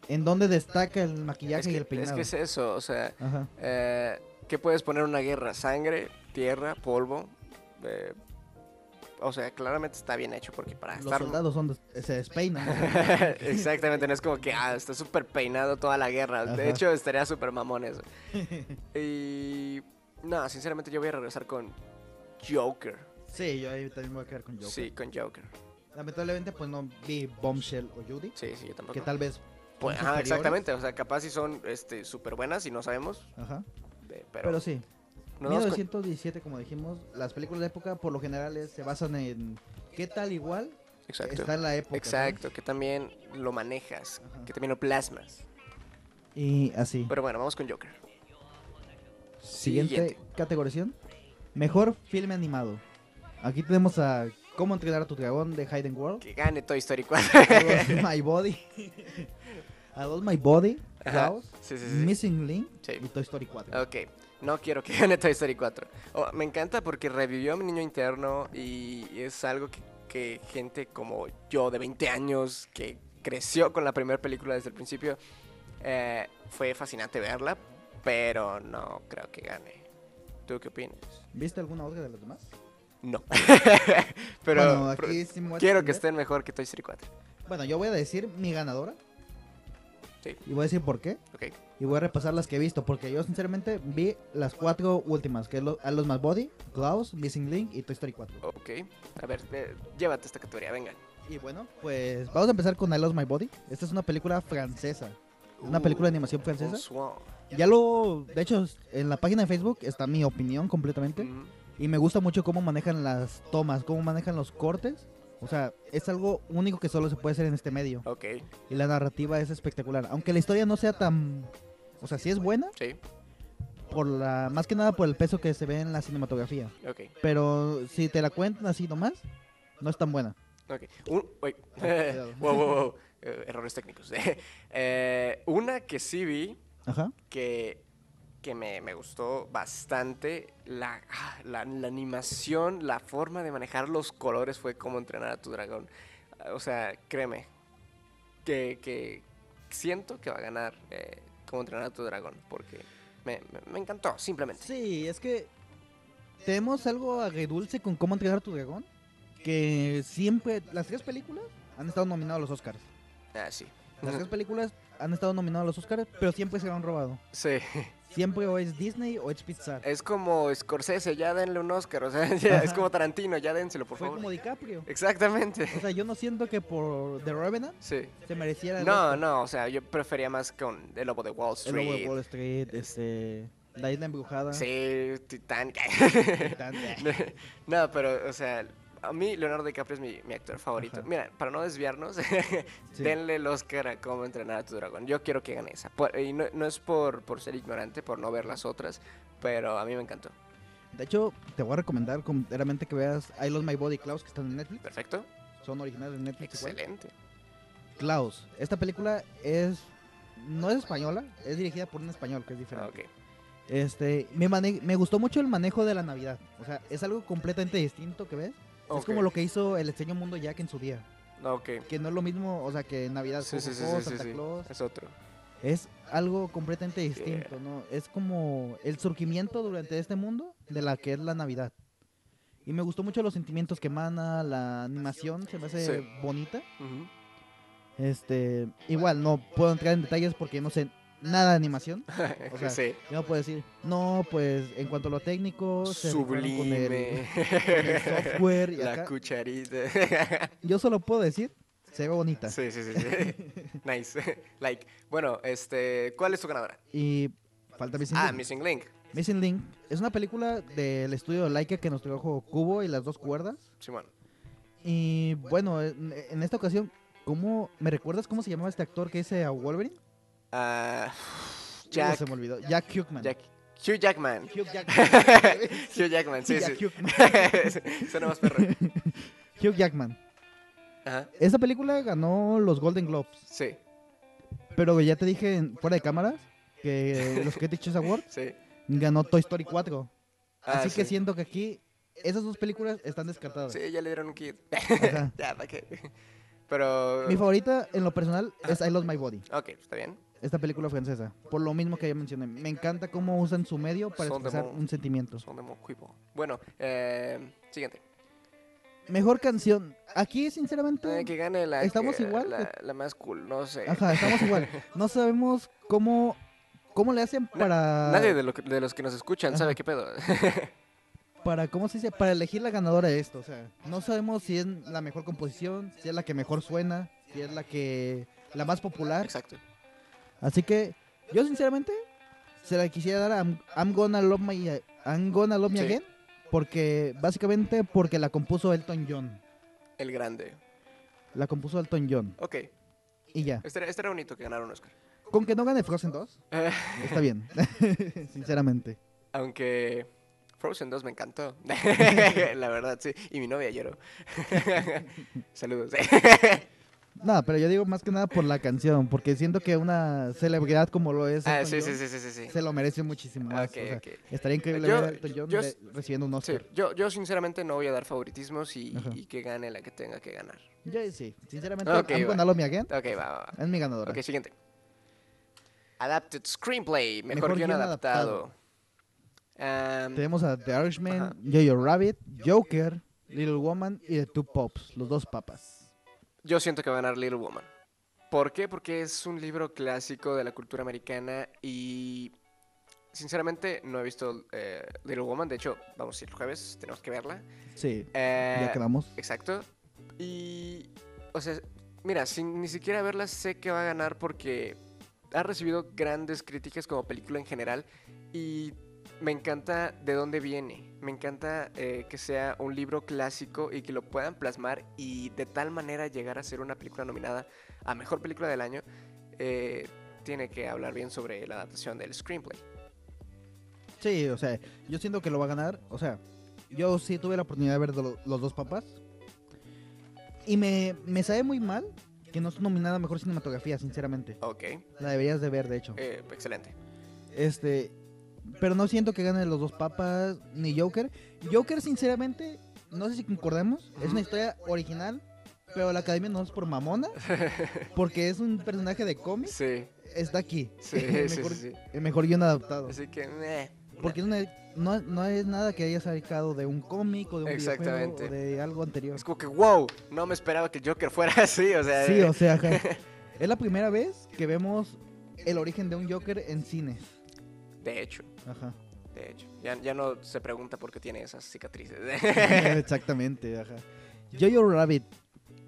en donde destaca el maquillaje es que, y el es peinado. que es eso, o sea, Ajá. eh, ¿qué puedes poner en una guerra? Sangre, tierra, polvo. eh, o sea, claramente está bien hecho porque para Los estar... soldados son des- se despeinan. Exactamente, no es como que ah, está súper peinado toda la guerra. Ajá. De hecho, estaría súper mamón eso. Y... No, sinceramente yo voy a regresar con Joker. sí, yo ahí también me voy a quedar con Joker. Sí, con Joker. Lamentablemente, pues no vi Bombshell o Judy. Sí, sí, yo tampoco. Que tal vez. Pues, son ajá, superiores. exactamente, o sea, capaz si son súper buenas y no sabemos, Ajá. eh, pero... Pero, sí. nos vamos con- 1917, como dijimos, las películas de época por lo general es- se basan en qué tal igual Exacto. está en la época. Exacto, que también lo manejas, Ajá. que también lo plasmas. ¿no? Y así. Pero bueno, vamos con Joker. Siguiente, Siguiente. categorización. Mejor filme animado. Aquí tenemos a Cómo entrenar a tu dragón de Hayden World. Que gane Toy Story 4. I Lost My Body. I Lost My Body. Ajá, Klaus. Ah, sí, sí, sí. Missing Link. Sí. Y Toy Story 4. Ok, no quiero que gane Toy Story 4. Oh, me encanta porque revivió a mi niño interno y es algo que, que gente como yo de 20 años que creció con la primera película desde el principio, eh, fue fascinante verla, pero no creo que gane. ¿Tú qué opinas? ¿Viste alguna otra de las demás? No. pero Bueno, pero aquí sí me voy a quiero que extender. estén mejor que Toy Story 4. Bueno, yo voy a decir mi ganadora. Sí. Y voy a decir por qué. Ok, Y voy a repasar las que he visto. Porque yo, sinceramente, vi las cuatro últimas: que es lo- A Los Más Body, Klaus, Missing Link y Toy Story 4. ok. A ver, eh, llévate esta categoría, venga. Y bueno, pues vamos a empezar con I Lost My Body. Esta es una película francesa. Es una Uh, película de animación un francesa. swan. Ya lo. De hecho, en la página de Facebook está mi opinión completamente. Mm, Y me gusta mucho cómo manejan las tomas, cómo manejan los cortes. O sea, es algo único que solo se puede hacer en este medio. Ok, Y la narrativa es espectacular. Aunque la historia no sea tan. O sea, sí es buena, sí, por la más que nada por el peso que se ve en la cinematografía. ok. Pero si te la cuentan así nomás, no es tan buena. Ok. Un- uy. Ah, cuidado. wow, wow, wow. Eh, errores técnicos. Eh, una que sí vi Ajá. que, que me, me gustó bastante. La, ah, la, la animación, la forma de manejar los colores fue como entrenar a tu dragón. Ah, O sea, créeme. Que, que siento que va a ganar eh, como entrenar a tu dragón. Porque me, me- me encantó, simplemente. Sí, es que tenemos algo agridulce con cómo entrenar a tu dragón. Que siempre, las tres películas han estado nominadas a los Oscars. Ah, sí. Las tres películas han estado nominadas a los Oscars, pero siempre se lo han robado. Sí. Siempre o es Disney o es Pixar. Es como Scorsese, ya denle un Oscar. O sea, ya- es Ajá. como Tarantino, ya dénselo, por Fue favor. como DiCaprio. Exactamente. O sea, yo no siento que por The Revenant Sí. se mereciera el No, Oscar. no, o sea, yo prefería más con el lobo de Wall El Lobo de Street. Wall Street, este, La Isla Embrujada. Sí, Titanic. Titán- no, pero, o sea, a mí Leonardo DiCaprio es mi, mi actor favorito. Ajá. Mira, para no desviarnos, Sí. denle el Oscar a cómo entrenar a tu dragón. Yo quiero que gane esa. Por- y no, no es por, por ser ignorante, por no ver las otras, pero a mí me encantó. De hecho, te voy a recomendar completamente que veas I Lost My Body Klaus, que están en Netflix. Perfecto. Son originales de Netflix. igual. Excelente. Klaus. Esta película es. No es española, es dirigida por un español, que es Ah, diferente. ok. Este, me, mane- me gustó mucho el manejo de la Navidad. O sea, es algo completamente distinto que ves. Es Ok. como lo que hizo el extraño mundo Jack en su día. Ok. Que no es lo mismo, o sea, que en Navidad Sí, sí, sí, Jojojo, sí, sí, Ah, Santa sí. Claus. Es otro. Es algo completamente distinto, ¿no? Es como el surgimiento durante este mundo de la que es la Navidad. Y me gustó mucho los sentimientos que emana, la animación se me hace Sí. bonita. Ujú. Este, igual no puedo entrar en detalles porque no sé nada de animación. O sea, sí. Yo no puedo decir, no, pues en cuanto a lo técnico, se rifaron con el- Sublime. con el software y La acá". cucharita. Yo solo puedo decir, se ve bonita. sí, sí, sí, sí. Nice. like. Bueno, este, ¿cuál es tu ganadora? Y falta Missing Ah, Link. Missing Link. Missing Link es una película del estudio Laika que nos trajo Cubo y las dos cuerdas. Simón. Y bueno, en, en esta ocasión, ¿cómo me recuerdas cómo se llamaba este actor que hice a Wolverine? Ah, Uh, Jack. se me olvidó. Jack Hughman. Jack. Hugh Jackman. Hugh Jackman. Hugh Jackman, sí, Jack sí. Hughman. Suena más perro. Hugh Jackman. Ajá. Esta película ganó los Golden Globes, Sí, pero ya te dije en- fuera de cámaras que los Critics Awards sí. ganó Toy Story 4. Ah, Así que sí. siento que aquí esas dos películas están descartadas. Sí, ya le dieron un kit. Ajá. ya, ¿para qué? Pero. Mi favorita en lo personal es I Lost My Body, Ok, está bien. esta película francesa, por lo mismo que ya mencioné. Me encanta cómo usan su medio para Son de expresar mon- un sentimiento. Son de Mocuipo. Bueno, eh, siguiente. Mejor canción. Aquí, Eh, sinceramente, que gane la. ¿Estamos que- igual? La, la más cool, no sé. ajá, estamos igual. No sabemos cómo, cómo le hacen Nadie para, de, lo que- de los que nos escuchan sabe qué pedo. para, ¿cómo se dice? Para elegir la ganadora de esto. O sea, no sabemos si es la mejor composición, si es la que mejor suena, si es la que, la más popular. Exacto. Así que, yo sinceramente, se la quisiera dar a I'm, I'm Gonna Love My, I'm Gonna Love Me Sí. Again, porque, básicamente, porque la compuso Elton John. El grande. La compuso Elton John, Ok. y ya. Este era, este era bonito que ganara un Oscar. Con que no gane Frozen 2, Eh, está bien, sinceramente. Aunque Frozen 2 me encantó. la verdad, sí. Y mi novia lloró. Saludos. No, pero yo digo más que nada por la canción, porque siento que una celebridad como lo es ah, Elton sí, sí, John sí, sí, sí, sí. se lo merece muchísimo más. Ok, o sea, ok. Estaría increíble Yo- ver a Elton John yo- re- recibiendo un Sí, Oscar. yo, yo sinceramente no voy a dar favoritismos y, Ajá. y que gane la que tenga que ganar. Yo sí, sinceramente, Ok, I'm va. gonna love me again Ok, va, va, va. es mi ganadora. Ok, siguiente. Adapted Screenplay, mejor, Mejor guión, guión adaptado. Am, Tenemos a The Irishman, Ajá. Jojo Rabbit, Joker, Little Woman y The Two Pops, los dos papas. yo siento que va a ganar Little Woman. ¿Por qué? Porque es un libro clásico de la cultura americana y sinceramente no he visto eh, Little Woman. De hecho, vamos a ir el jueves, tenemos que verla. Sí, Eh, ya quedamos. Exacto. Y, o sea, mira, sin ni siquiera verla sé que va a ganar porque ha recibido grandes críticas como película en general y me encanta de dónde viene. Me encanta eh, que sea un libro clásico y que lo puedan plasmar y de tal manera llegar a ser una película nominada a Mejor Película del Año. eh, tiene que hablar bien sobre la adaptación del screenplay. Sí, o sea, yo siento que lo va a ganar. O sea, yo sí tuve la oportunidad de ver lo- los dos papás. Y me, me sabe muy mal que no es nominada a mejor cinematografía, sinceramente. Ok, La deberías de ver, de hecho. eh, excelente. Este, pero no siento que gane los dos papas ni Joker. Joker, sinceramente, no sé si concordemos, es una historia original, pero la academia no es por mamona, porque es un personaje de cómics, Sí, está aquí. sí, el, sí, mejor, sí, sí. el mejor guión adaptado. Así que, meh. Porque no es, no, no es nada que haya sacado de un cómic o de un videojuego Exactamente. o de algo anterior. Es como que, wow, no me esperaba que el Joker fuera así, o sea. Sí, eh, o sea, ajá. es la primera vez que vemos el origen de un Joker en cines. De hecho, Ajá. de hecho. Ya, ya no se pregunta por qué tiene esas cicatrices. Exactamente, ajá. Jojo Rabbit.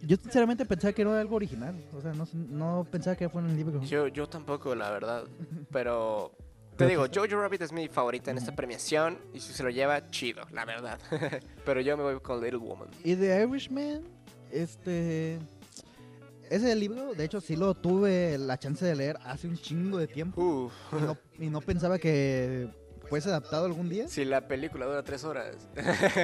Yo sinceramente pensaba que era algo original. O sea, no, no pensaba que fuera un libro. yo, yo tampoco, la verdad. Pero. Te Pero pues, digo, Jojo Rabbit es mi favorita en esta Ujú. premiación y si se lo lleva, chido, la verdad. Pero yo me voy con Little Woman. Y The Irishman, este... Ese libro, de hecho, sí lo tuve la chance de leer hace un chingo de tiempo. Uf, Y no, y no pensaba que fuese adaptado algún día. si la película dura tres horas.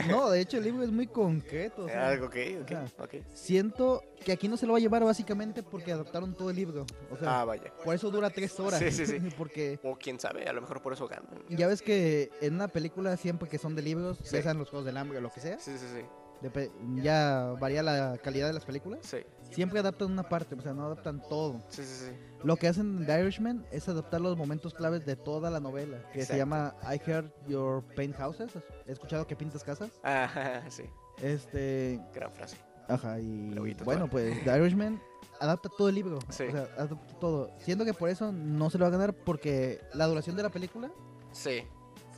No, de hecho, el libro es muy concreto. o sea, Algo que, ok, ajá. ok. Siento que aquí no se lo va a llevar básicamente porque adaptaron todo el libro. O sea, Ah, vaya. por eso dura tres horas. Sí, sí, sí. porque O quién sabe, a lo mejor por eso ganan. Ya ves que en una película siempre que son de libros, Sí. ya sean los Juegos del Hambre o lo que sea, Sí, sí, sí. depe- ya varía la calidad de las películas, Sí, siempre adaptan una parte, o sea, no adaptan todo. sí, sí. sí. Lo que hacen en The Irishman es adaptar los momentos claves de toda la novela, que se Exacto. llama I Heard Your Paint Houses, he escuchado que pintas casas, Ah, sí. este, Gran frase. ajá, y Loguito, bueno, pues The Irishman adapta todo el libro, Sí. o sea, adapta todo. Siento que por eso no se lo va a ganar, porque la duración de la película Sí.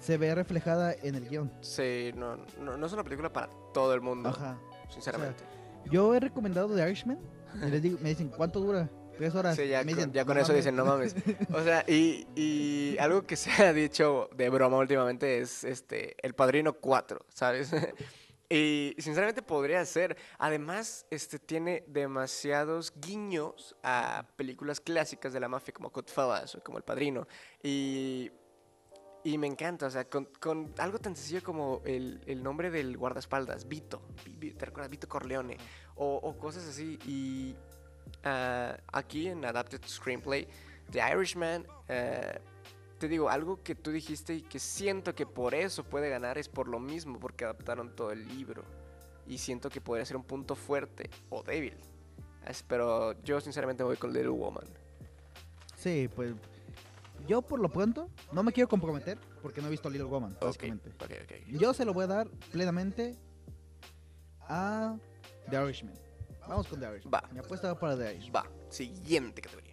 se ve reflejada en el guión. Sí, no, no, no es una película para todo el mundo, Ajá. sinceramente. Yo he recomendado The Irishman y les digo, me dicen, ¿cuánto dura? Tres horas. sí, ya, Y me con- dicen, ya con "No eso mames". dicen, no mames. O sea, y, y algo que se ha dicho de broma últimamente es este El Padrino 4, ¿sabes? Y sinceramente podría ser. Además, este tiene demasiados guiños a películas clásicas de la mafia, como Godfellas o como El Padrino. Y, y me encanta, o sea, con, con algo tan sencillo como el, el nombre del guardaespaldas, Vito. Vi- Vi- ¿Te recuerdas? Vito Corleone. O, o cosas así. Y ah, aquí en Adapted Screenplay, The Irishman, eh, te digo, algo que tú dijiste y que siento que por eso puede ganar es por lo mismo, porque adaptaron todo el libro. Y siento que podría ser un punto fuerte o débil. As- Pero yo sinceramente voy con Little Woman. Sí, pues yo por lo pronto no me quiero comprometer porque no he visto Little Woman, básicamente. Ok, ok, ok. Yo se lo voy a dar plenamente a The Irishman. Vamos con The Irishman. Va. Mi apuesta va para The Irishman. Va, siguiente categoría.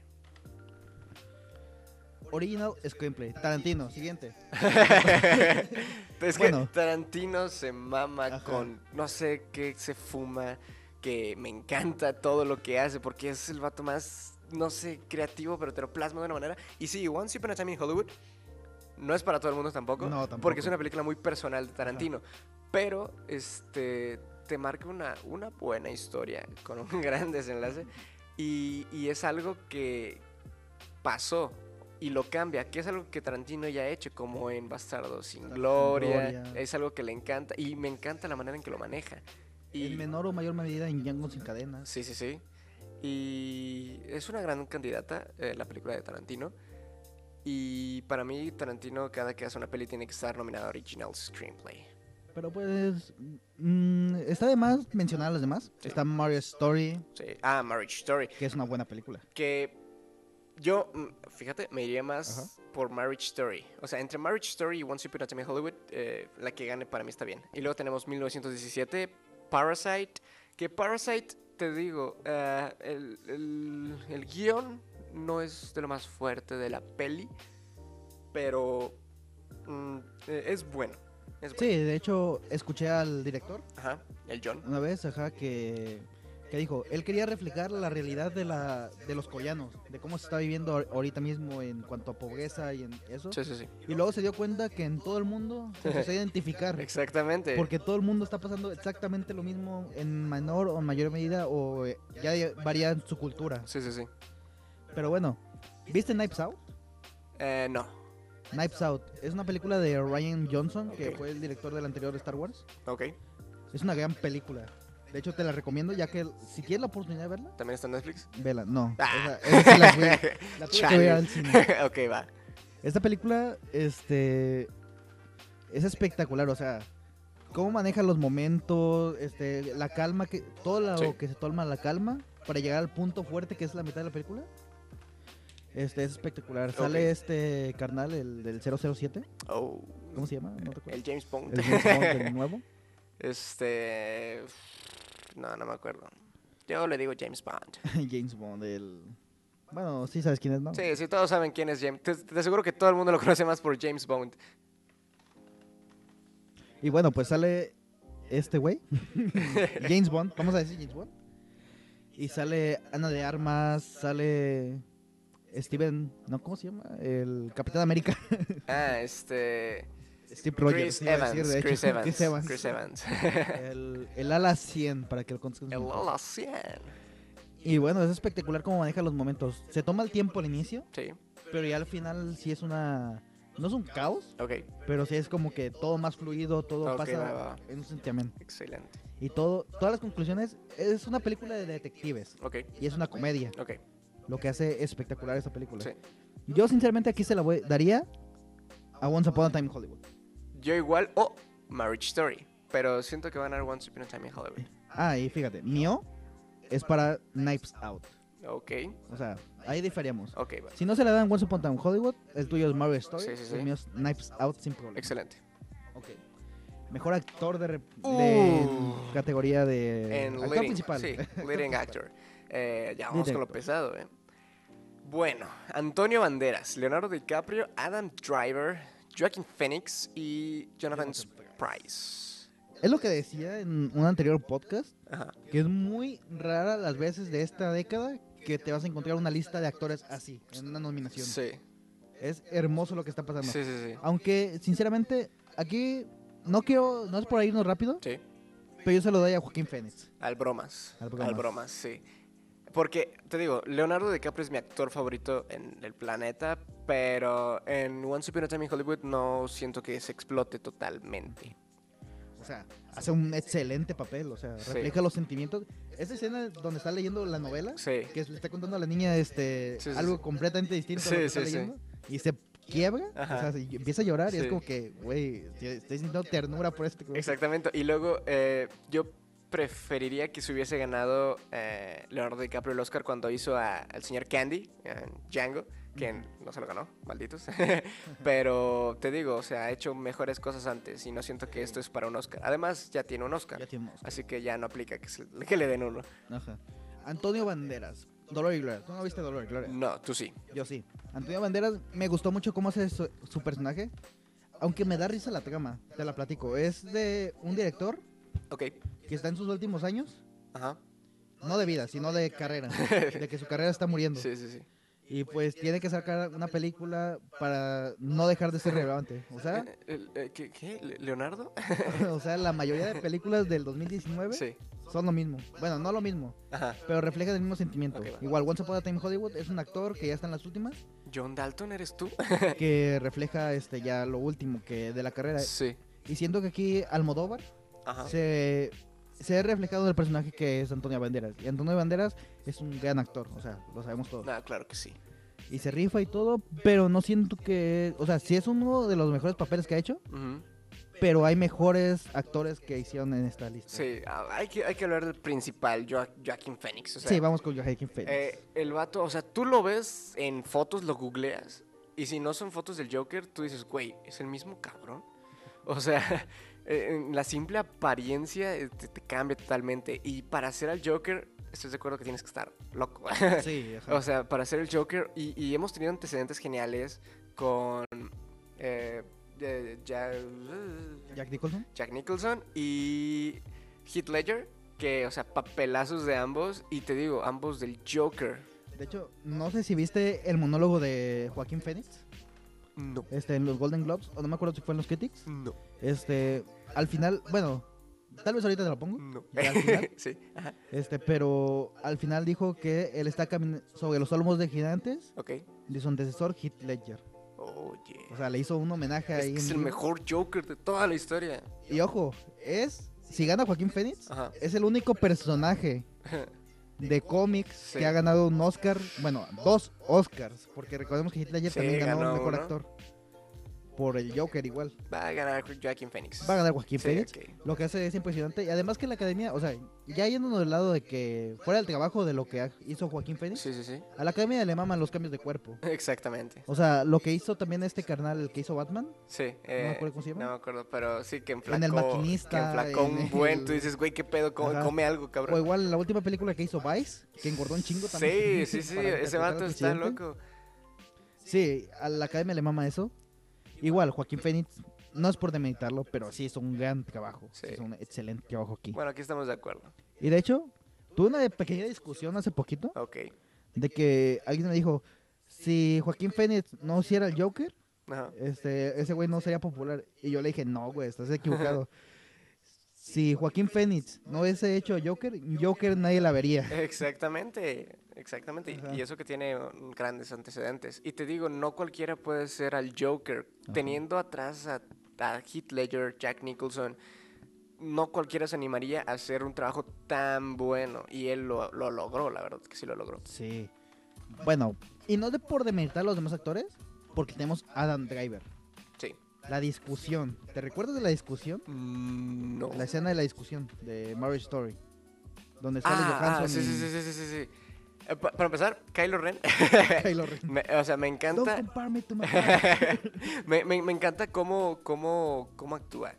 Original Screenplay. Tarantino, siguiente. es que Bueno. Tarantino se mama Ajá. con no sé qué se fuma, que me encanta todo lo que hace, porque es el vato más, no sé, creativo, pero te lo plasma de una manera. Y sí, Once Upon a Time in Hollywood no es para todo el mundo tampoco, No, tampoco. porque es una película muy personal de Tarantino, pero este te marca una, una buena historia con un gran desenlace y, y es algo que pasó y lo cambia, que es algo que Tarantino ya ha hecho, como en Bastardo sin Gloria, Gloria. es algo que le encanta y me encanta la manera en que lo maneja. Y, En menor o mayor medida en Django sin cadenas. Sí, sí, sí. Y es una gran candidata eh, la película de Tarantino. Y para mí, Tarantino, cada que hace una peli, tiene que estar nominada a Original Screenplay. Pero pues. mm, está de más mencionar a las demás. Sí. Está Mario Story, Sí. Ah, Marriage Story. que es una buena película. Que yo, mm, fíjate, me iría más por Marriage Story. O sea, entre Marriage Story y Once Upon a Time in Hollywood, eh, la que gane para mí está bien. Y luego tenemos 1917, Parasite. Que Parasite, te digo, eh, el, el, el guión no es de lo más fuerte de la peli, pero mm, eh, es bueno. Es Sí, bueno. de hecho, escuché al director Ajá, el John. una vez, ajá, que, que dijo, él quería reflejar la realidad de, la, de los coreanos, de cómo se está viviendo ahor- ahorita mismo en cuanto a pobreza y en eso. Sí, sí, sí. Y luego se dio cuenta que en todo el mundo se empezó a identificar. Exactamente. Porque todo el mundo está pasando exactamente lo mismo en menor o mayor medida o eh, ya de- varía en su cultura. Sí, sí, sí. Pero bueno, ¿viste Knives Out? Eh, no. Knives Out es una película de Ryan Johnson, que Ok. fue el director del anterior Star Wars. Ok. Es una gran película. De hecho, te la recomiendo ya que si tienes la oportunidad de verla, ¿También está en Netflix? vela. No, Ah. esa- esa sí la fui- la tuve que Chale. ver al cine. ok, va. Esta película, este, es espectacular, o sea, cómo maneja los momentos, este, la calma que, todo lo Sí. que se toma la calma para llegar al punto fuerte que es la mitad de la película. Este es espectacular. Ok. Sale este carnal, el del 007, Oh. ¿cómo se llama? No recuerdo. El James Bond. El James Bond, el nuevo. este. No, no me acuerdo. Yo le digo James Bond. James Bond, el. Bueno, sí sabes quién es, ¿no? Sí, sí, todos saben quién es James. Te, te aseguro que todo el mundo lo conoce más por James Bond. Y bueno, pues sale este güey, James Bond, vamos a decir James Bond. Y sale Ana de Armas, sale Steven, ¿no? ¿Cómo se llama? El Capitán América. Ah, este. Steve Chris Rogers. iba a Evans, decir, de hecho, Chris Evans. Chris Evans. Chris Evans. El, el ala 100, para que lo conozcan. El Lola 100. Y bueno, es espectacular cómo maneja los momentos. Se toma el tiempo al inicio, Sí, pero ya al final sí es una... No es un caos, ok. pero sí es como que todo más fluido, todo Ok, va, pasa va. en un sentimiento. Excelente. Y todo, todas las conclusiones, es una película de detectives. Ok, Y es una comedia, ok. lo que hace espectacular esta película. Sí. Yo sinceramente aquí se la voy, daría a Once Upon a Time in Hollywood. Yo igual. Oh, Marriage Story. Pero siento que van a dar Once Upon a Time in Hollywood. Ah, y fíjate, Neo es para Knives Out. Ok, O sea, ahí diferíamos. ok, va. Si no se la dan Once Upon a Time in Hollywood, el tuyo es Mario Story, Sí, sí, sí. el mío es Knives Out sin problema. Excelente. Ok. Mejor actor de, rep- Uh. de categoría de en actor leading, principal. Sí, Actor leading principal. actor. Eh, ya vamos con lo Director. pesado, ¿eh? Bueno, Antonio Banderas, Leonardo DiCaprio, Adam Driver, Joaquin Phoenix y Jonathan Jonathan Price. Es lo que decía en un anterior podcast, Ajá. que es muy rara las veces de esta década que te vas a encontrar una lista de actores así, en una nominación. Sí, Es hermoso lo que está pasando. sí, sí, sí. Aunque, sinceramente, aquí no quiero, no es por irnos rápido, Sí, pero yo se lo doy a Joaquín Fénix. al bromas. Al Al bromas. bromas, sí. Porque, te digo, Leonardo DiCaprio es mi actor favorito en el planeta, pero en Once Upon a Time in Hollywood no siento que se explote totalmente. O sea, hace un excelente papel, o sea, Sí. refleja los sentimientos. Esa escena donde está leyendo la novela, Sí, que le está contando a la niña este, Sí, sí, algo sí. completamente distinto a Sí, lo que está sí, sí. leyendo, y se quiebra, Ajá. o sea, se- empieza a llorar y es Sí. como que, güey, te- estoy sintiendo ternura por este. güey. Exactamente. Y luego eh, yo preferiría que se hubiese ganado eh, Leonardo DiCaprio el Oscar cuando hizo a- al señor Candy en Django, que no se lo ganó, malditos. Pero te digo, o sea, ha hecho mejores cosas antes y no siento que esto es para un Oscar. Además, ya tiene un Ya Oscar. tiene un Oscar. Así que ya no aplica que, se- que le den uno. Ajá. Antonio Banderas, Dolor y Gloria. ¿Tú no viste Dolor y Gloria? No, tú sí. Yo sí. Antonio Banderas me gustó mucho cómo hace su, su personaje. Aunque me da risa la trama, te la platico. Es de un director Ok. que está en sus últimos años, Ajá. no de vida, sino de carrera, de que su carrera está muriendo. Sí, sí, sí. Y pues tiene que sacar una película para no dejar de ser relevante. O sea, Eh, eh, eh, ¿Qué? qué? ¿Le- ¿Leonardo? o sea la mayoría de películas del 2019 Sí. son lo mismo. Bueno, no lo mismo, Ajá. pero reflejan el mismo sentimiento. Ok, va. Igual, Once Upon a Time in Hollywood es un actor que ya está en las últimas, ¿John Dalton eres tú? que refleja este ya lo último que de la carrera. Sí. Y siento que aquí Almodóvar Ajá. se, se ha reflejado en el personaje que es Antonio Banderas. Y Antonio Banderas es un gran actor, o sea, lo sabemos todos. Ah, claro que sí. Y se rifa y todo, pero no siento que... O sea, sí es uno de los mejores papeles que ha hecho, Ujú. pero hay mejores actores que hicieron en esta lista. Sí, ah, hay que, hay que hablar del principal, Joa- Joaquín Phoenix. O sea, Sí, vamos con Joaquin Phoenix. eh, el vato, o sea, tú lo ves en fotos, lo googleas, y si no son fotos del Joker, tú dices, güey, es el mismo cabrón. O sea, eh, en la simple apariencia eh, te, te cambia totalmente. Y para ser al Joker, estoy de acuerdo que tienes que estar loco. sí, ajá. O sea, para ser el Joker, y, y hemos tenido antecedentes geniales con eh, eh, ya- Jack Nicholson. Jack Nicholson y Heath Ledger, que, o sea, papelazos de ambos, y te digo, ambos del Joker. De hecho, no sé si viste el monólogo de Joaquín Phoenix No, este, en los Golden Globes, o no me acuerdo si fue en los Critics. no, Este, al final, bueno, tal vez ahorita te lo pongo. no. ¿Y al final? sí, ajá, Este, pero al final dijo que él está caminando sobre los olmos de gigantes ok. de su antecesor Heath Ledger. Oye. O sea, le hizo un homenaje es ahí. que en es el vivo. mejor Joker de toda la historia. Y ojo, es si gana Joaquín Phoenix, Ajá. es el único personaje de cómics Sí. que ha ganado un Oscar, bueno, dos Oscars, porque recordemos que Heath Ledger Sí, también ganó, ganó mejor uno. actor por el Joker igual. Va a ganar Joaquin Phoenix. Va a ganar Joaquín Sí, Phoenix. ok. Lo que hace es impresionante. Y además que la academia, o sea, ya yéndonos del lado de que fuera del trabajo de lo que ha- hizo Joaquín Phoenix, Sí, sí, sí. a la academia le maman los cambios de cuerpo. Exactamente. O sea, lo que hizo también este carnal, el que hizo Batman, Sí. no me eh, acuerdo cómo se llama. No me acuerdo, pero sí que enflacó. En el Que maquinista, enflacó en un buen. el- Tú dices, güey, qué pedo, come, Ajá. come algo, O cabrón. igual la última película que hizo Vice, que engordó un chingo sí, también. sí, sí. para Ese interpretar al vato está presidente. loco. Sí, a la academia le mama eso. Igual, Joaquín Phoenix, no es por demeritarlo, pero sí hizo un gran trabajo. Sí. Sí. Hizo un excelente trabajo aquí. Bueno, aquí estamos de acuerdo. Y de hecho, tuve una pequeña discusión hace poquito Ok. de que alguien me dijo, si Joaquín Phoenix no hiciera el Joker, Ajá. este, ese güey no sería popular. Y yo le dije, no, güey, estás equivocado. Si Joaquín Phoenix no hubiese hecho Joker, Joker nadie la vería. Exactamente, exactamente. y- Ajá. Y eso que tiene mm, grandes antecedentes. Y te digo, no cualquiera puede ser al Joker. Teniendo atrás a, a Heath Ledger, Jack Nicholson, no cualquiera se animaría a hacer un trabajo tan bueno. Y él lo, lo logró, la verdad que sí lo logró. Sí. Bueno, y no de por demeritar a los demás actores, porque tenemos a Adam Driver. Sí. La discusión. ¿Te recuerdas de la discusión? No. Mm, La escena de la discusión de Marriage Story. Donde sale Ah, ah, Johansson sí, y sí, sí, sí, sí, sí, sí. Eh, pa- para empezar, Kylo Ren. Kylo Ren. Me- o sea, me Don't encanta. compare me to my me, me- me encanta cómo, cómo, cómo actúa.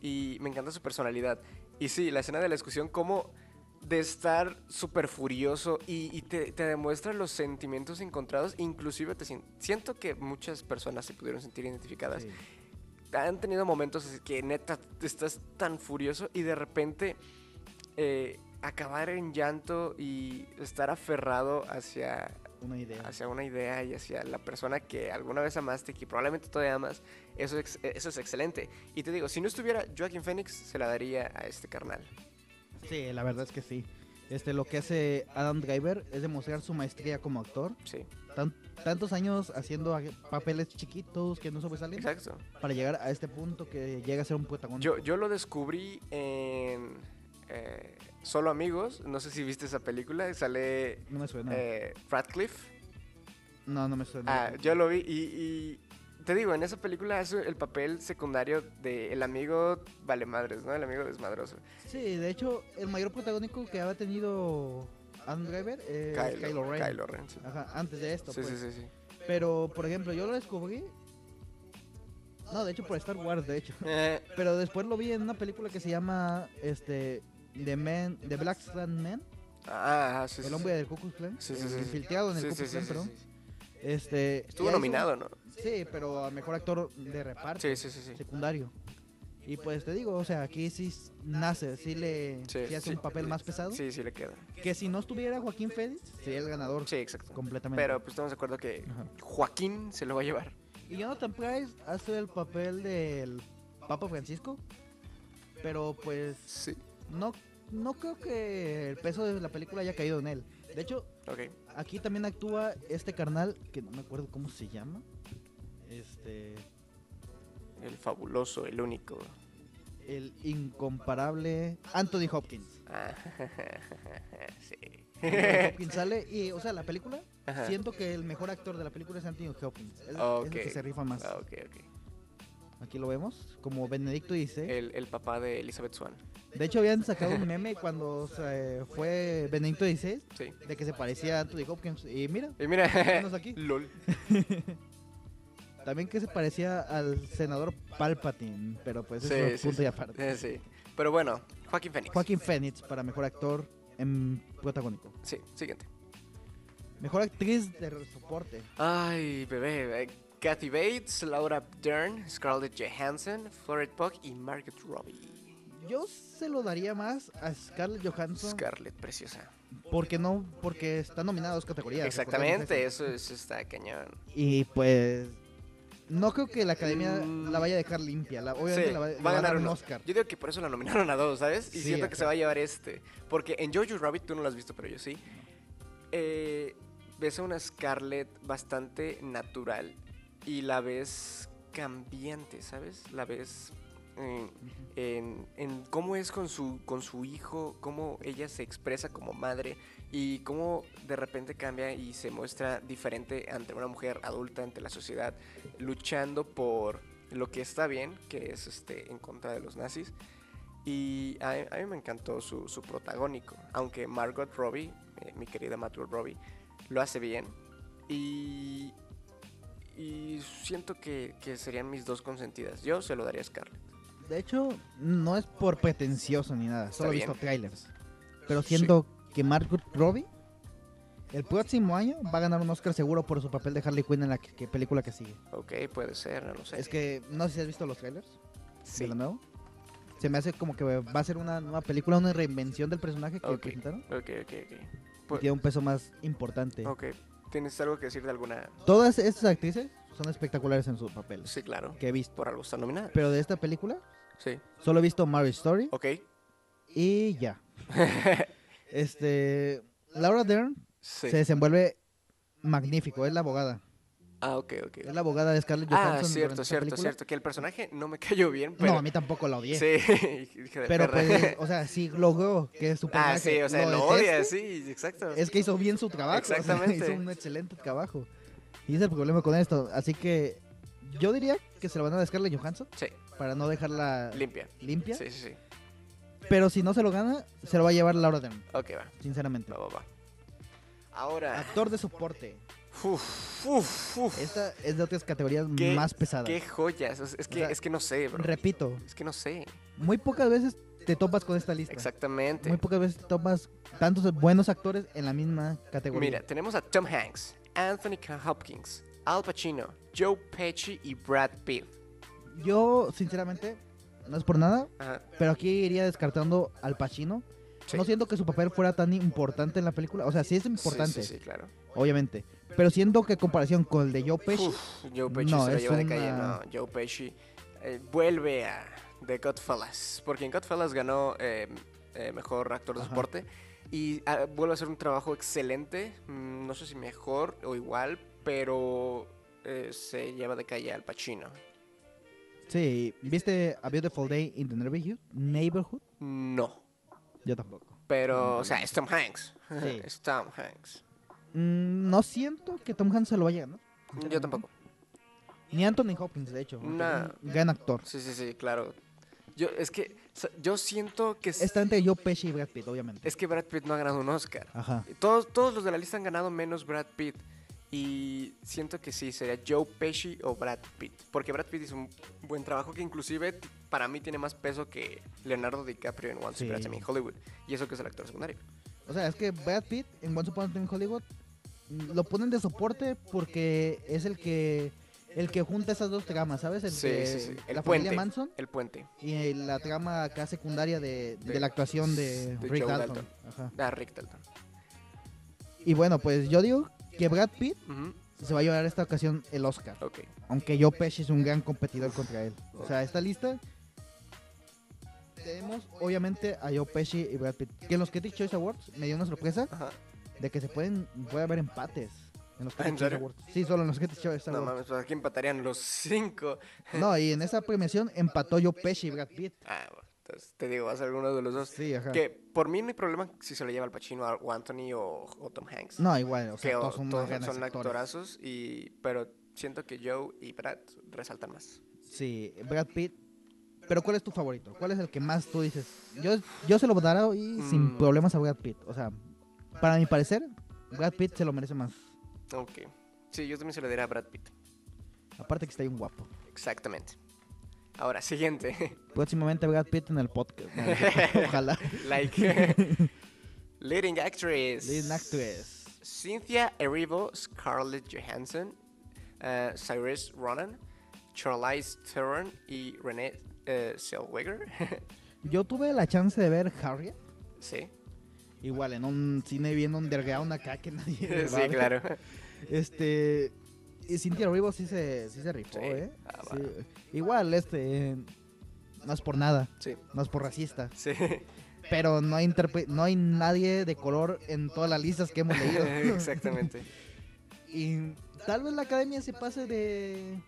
Y me encanta su personalidad. Y sí, la escena de la discusión, como de estar súper furioso y, y te, te demuestra los sentimientos encontrados. Inclusive te sien- siento que muchas personas se pudieron sentir identificadas. Sí. Han tenido momentos así que neta estás tan furioso y de repente eh, acabar en llanto y estar aferrado hacia, Una idea. hacia una idea y hacia la persona que alguna vez amaste, que probablemente todavía amas, eso es, eso es excelente. Y te digo, si no estuviera Joaquín Phoenix, se la daría a este carnal. Sí, la verdad es que sí. Este, lo que hace Adam Driver es demostrar su maestría como actor. Sí, Tan- tantos años haciendo a- papeles chiquitos que no sobresalen exacto. para llegar a este punto que llega a ser un protagonista. Yo, yo lo descubrí en eh, Solo Amigos, no sé si viste esa película, sale No me suena. eh, Radcliffe. no, no me suena. Ah, yo lo vi y, y te digo, en esa película hace el papel secundario del amigo vale madres, ¿no? El amigo desmadroso. Sí, de hecho, el mayor protagónico que había tenido Adam Driver es Kylo, Ren. Kylo Ren, sí. Ajá, antes de esto. Sí, pues. sí, sí, sí. Pero, por ejemplo, yo lo descubrí. No, de hecho, por Star Wars, de hecho. Eh, Pero después lo vi en una película que se llama este, The Man, The Black Sand Man, ah, sí, sí, el sí. hombre del Ku Klux Klan, Sí, sí, el sí, sí. infiltrado en el Sí, Ku sí, Klux sí, Klan, sí, perdón. sí, sí. Este, Estuvo ya hizo- nominado, ¿no? Sí, pero a mejor actor de reparto Sí, sí, sí, sí. secundario. Y Y pues te digo, o sea, aquí sí s- nace, sí le Sí, sí hace sí. un papel más pesado. Sí, sí le queda. Que si no estuviera Joaquín Félix, sería el ganador Sí, exacto. completamente. Pero pues estamos de acuerdo que Ajá. Joaquín se lo va a llevar. Y Jonathan Price hace el papel del Papa Francisco. Pero pues Sí. no, no creo que el peso de la película haya caído en él. De hecho, Ok. aquí también actúa este carnal, que no me acuerdo cómo se llama. Este. El fabuloso, el único. El incomparable Anthony Hopkins. Ah, Anthony Hopkins sí. sale y, o sea, la película Ajá. Siento que el mejor actor de la película es Anthony Hopkins. Es, es Ok. el que se rifa más. Ah, ok, ok. Aquí lo vemos, como Benedicto dice. El, el papá de Elizabeth Swan. De hecho, habían sacado un meme cuando se fue Benedicto dice Sí. de que se parecía a Anthony Hopkins. Y mira, Y mira, Tenemos aquí. LOL. también que se parecía al senador Palpatine, pero pues eso Sí, es sí, punto sí. y aparte. Eh, Sí. Pero bueno, Joaquín Phoenix. Joaquín Phoenix para mejor actor en protagónico. Sí, siguiente. Mejor actriz de soporte. Ay, bebé. eh, Kathy Bates, Laura Dern, Scarlett Johansson, Florence Pugh y Margaret Robbie. Yo se lo daría más a Scarlett Johansson Scarlett, preciosa. porque no porque está nominada a dos categorías. Exactamente, recordemos eso. eso, eso está cañón. Y pues. No creo que la academia Mm. la vaya a dejar limpia. La, obviamente Sí, la va, va le a va a ganar dar un uno. Oscar. Yo digo que por eso la nominaron a dos, ¿sabes? Y Sí, siento que ajá. se va a llevar este. Porque en Jojo Rabbit, tú no lo has visto, pero yo sí. eh, ves a una Scarlett bastante natural y la ves cambiante, ¿sabes? La ves eh, en, en cómo es con su, con su hijo, cómo ella se expresa como madre y cómo de repente cambia y se muestra diferente ante una mujer adulta, ante la sociedad, luchando por lo que está bien, que es este, en contra de los nazis. Y a, a mí me encantó su, su protagónico, aunque Margot Robbie, eh, mi querida Margot Robbie, lo hace bien. Y, y siento que, que serían mis dos consentidas. Yo se lo daría a Scarlett. De hecho, no es por pretencioso ni nada. Está Solo he bien. visto trailers. Pero Sí. siento que Margot Robbie el próximo año va a ganar un Oscar seguro por su papel de Harley Quinn en la que- que película que sigue. Ok, puede ser, no lo sé. Es que no sé si has visto los trailers sí. de lo nuevo. Se me hace como que va a ser una nueva película, una reinvención del personaje que Ok. presentaron. y Ok, ok, ok. Pues- tiene un peso más importante. Ok, ¿tienes algo que decir de alguna? Todas estas actrices son espectaculares en sus papeles Sí, claro. que he visto. Por algo están nominadas. Pero de esta película, Sí. solo he visto Marriage Story Ok. y ya. Este. Laura Dern sí. se desenvuelve magnífico, es la abogada. Ah, ok, ok. Es la abogada de Scarlett Johansson. Ah, durante cierto, esta cierto, película. cierto. Que el personaje no me cayó bien, pero. No, a mí tampoco la odié. Sí, hija de Pero perra. pues, o sea, sí logró que su Ah, personaje sí, o sea, lo deteste. odia, sí, exacto. Es que hizo bien su trabajo. o sea, Exactamente. hizo un excelente trabajo. Y ese es el problema con esto. Así que yo diría que se lo van a dar a Scarlett Johansson Sí, para no dejarla limpia. limpia. Sí, sí, sí. Pero si no se lo gana, se lo va a llevar Laura Dern, Ok, va, sinceramente. va, va, va. Ahora, Actor de soporte. uf, uf, uf, Esta es de otras categorías Qué- más pesadas. qué joyas. o sea, Es que, sea, es que no sé, bro. Repito, Es que no sé. muy pocas veces te topas con esta lista. Exactamente. Muy pocas veces te topas tantos buenos actores en la misma categoría. Mira, tenemos a Tom Hanks, Anthony Hopkins, Al Pacino, Joe Pesci y Brad Pitt. Yo, sinceramente, no es por nada, Ajá, pero aquí iría descartando al Pacino. sí. No siento que su papel fuera tan importante en la película. O sea, sí es Sí, sí, importante, Sí, claro. obviamente. Pero siento que en comparación con el de Joe Pesci, Uf, Joe Pesci No, se lo es lleva de calle. una- No, Joe Pesci eh, vuelve a The Godfellas. Porque en Godfellas ganó eh, eh, mejor actor de Ajá. soporte. Y ah, vuelve a hacer un trabajo excelente. mm, No sé si mejor o igual, pero eh, se lleva de calle al Pacino. sí, ¿viste A Beautiful Day in the Neighborhood? Neighborhood? No. Yo tampoco. Pero, o sea, es Tom Hanks. Sí. Es Tom Hanks. Mm, no siento que Tom Hanks se lo vaya a ganar. Yo tampoco. Ni Anthony Hopkins, de hecho. aunque Nah. es un Gran actor. Sí, sí, sí, claro. Yo, es que, sa- yo siento que... s- Está entre Joe Pesci y Brad Pitt, obviamente. Es que Brad Pitt no ha ganado un Oscar. Ajá. Todos, todos los de la lista han ganado menos Brad Pitt. Y siento que sí, sería Joe Pesci o Brad Pitt. Porque Brad Pitt hizo un buen trabajo que inclusive t- para mí tiene más peso que Leonardo DiCaprio en Once Sí. Upon a Time in Hollywood. Y eso que es el actor secundario. O sea, es que Brad Pitt en Once Upon a Time in Hollywood mm, lo ponen de soporte porque es el que el que junta esas dos tramas, ¿sabes? El Sí, de sí, sí. El la puente. familia Manson El puente. y la trama acá secundaria de, de De- la actuación de, de Rick Joe Dalton. Dalton. Ajá. Ah, Rick Dalton. Y bueno, pues yo digo que Brad Pitt Ujú, se va a llevar esta ocasión el Oscar. Ok. Aunque Joe Pesci es un gran competidor contra él. O sea, esta lista tenemos obviamente a Joe Pesci y Brad Pitt. Que en los Critics Choice Awards me dio una sorpresa Ajá. de que se pueden puede haber empates en los Ah, ¿en Critics Choice serio? Awards. Sí, solo en los Critics Choice No Awards. mames, pues aquí empatarían los cinco. No, y en esa premiación empató Joe Pesci y Brad Pitt. Ah, bueno, entonces te digo, va a ser alguno de los dos. Sí, ajá. Que por mí no hay problema si se lo lleva al Pacino o Anthony o, o Tom Hanks. No, igual, o sea, que o- todos son, unos grandes son actores. actorazos, y, pero siento que Joe y Brad resaltan más. Sí, Brad Pitt. Pero ¿cuál es tu favorito? ¿Cuál es el que más tú dices? Yo, yo se lo daré y sin Mm. problemas a Brad Pitt. O sea, para mi parecer, Brad Pitt se lo merece más. Ok. Sí, yo también se lo diré a Brad Pitt. Aparte que está bien guapo. Exactamente. Ahora, siguiente. Próximamente Brad Pitt en el podcast. No, Ojalá. like. Leading actress. Leading actress. Cynthia Erivo, Scarlett Johansson, eh, Cyrus Ronan, Charlize Theron y Renee eh, Zellweger. Yo tuve la chance de ver Harriet. sí, Igual, en un cine bien underground acá que nadie. va a sí, ver. claro. Este. Y Cynthia Rivo sí se, sí se rifó, Sí. ¿eh? Ah, Sí. Igual, este. No es por nada. Sí, No es por racista. sí. Pero no hay, interpre- no hay nadie de color en todas las listas que hemos leído. Exactamente. Y tal vez la academia se pase de,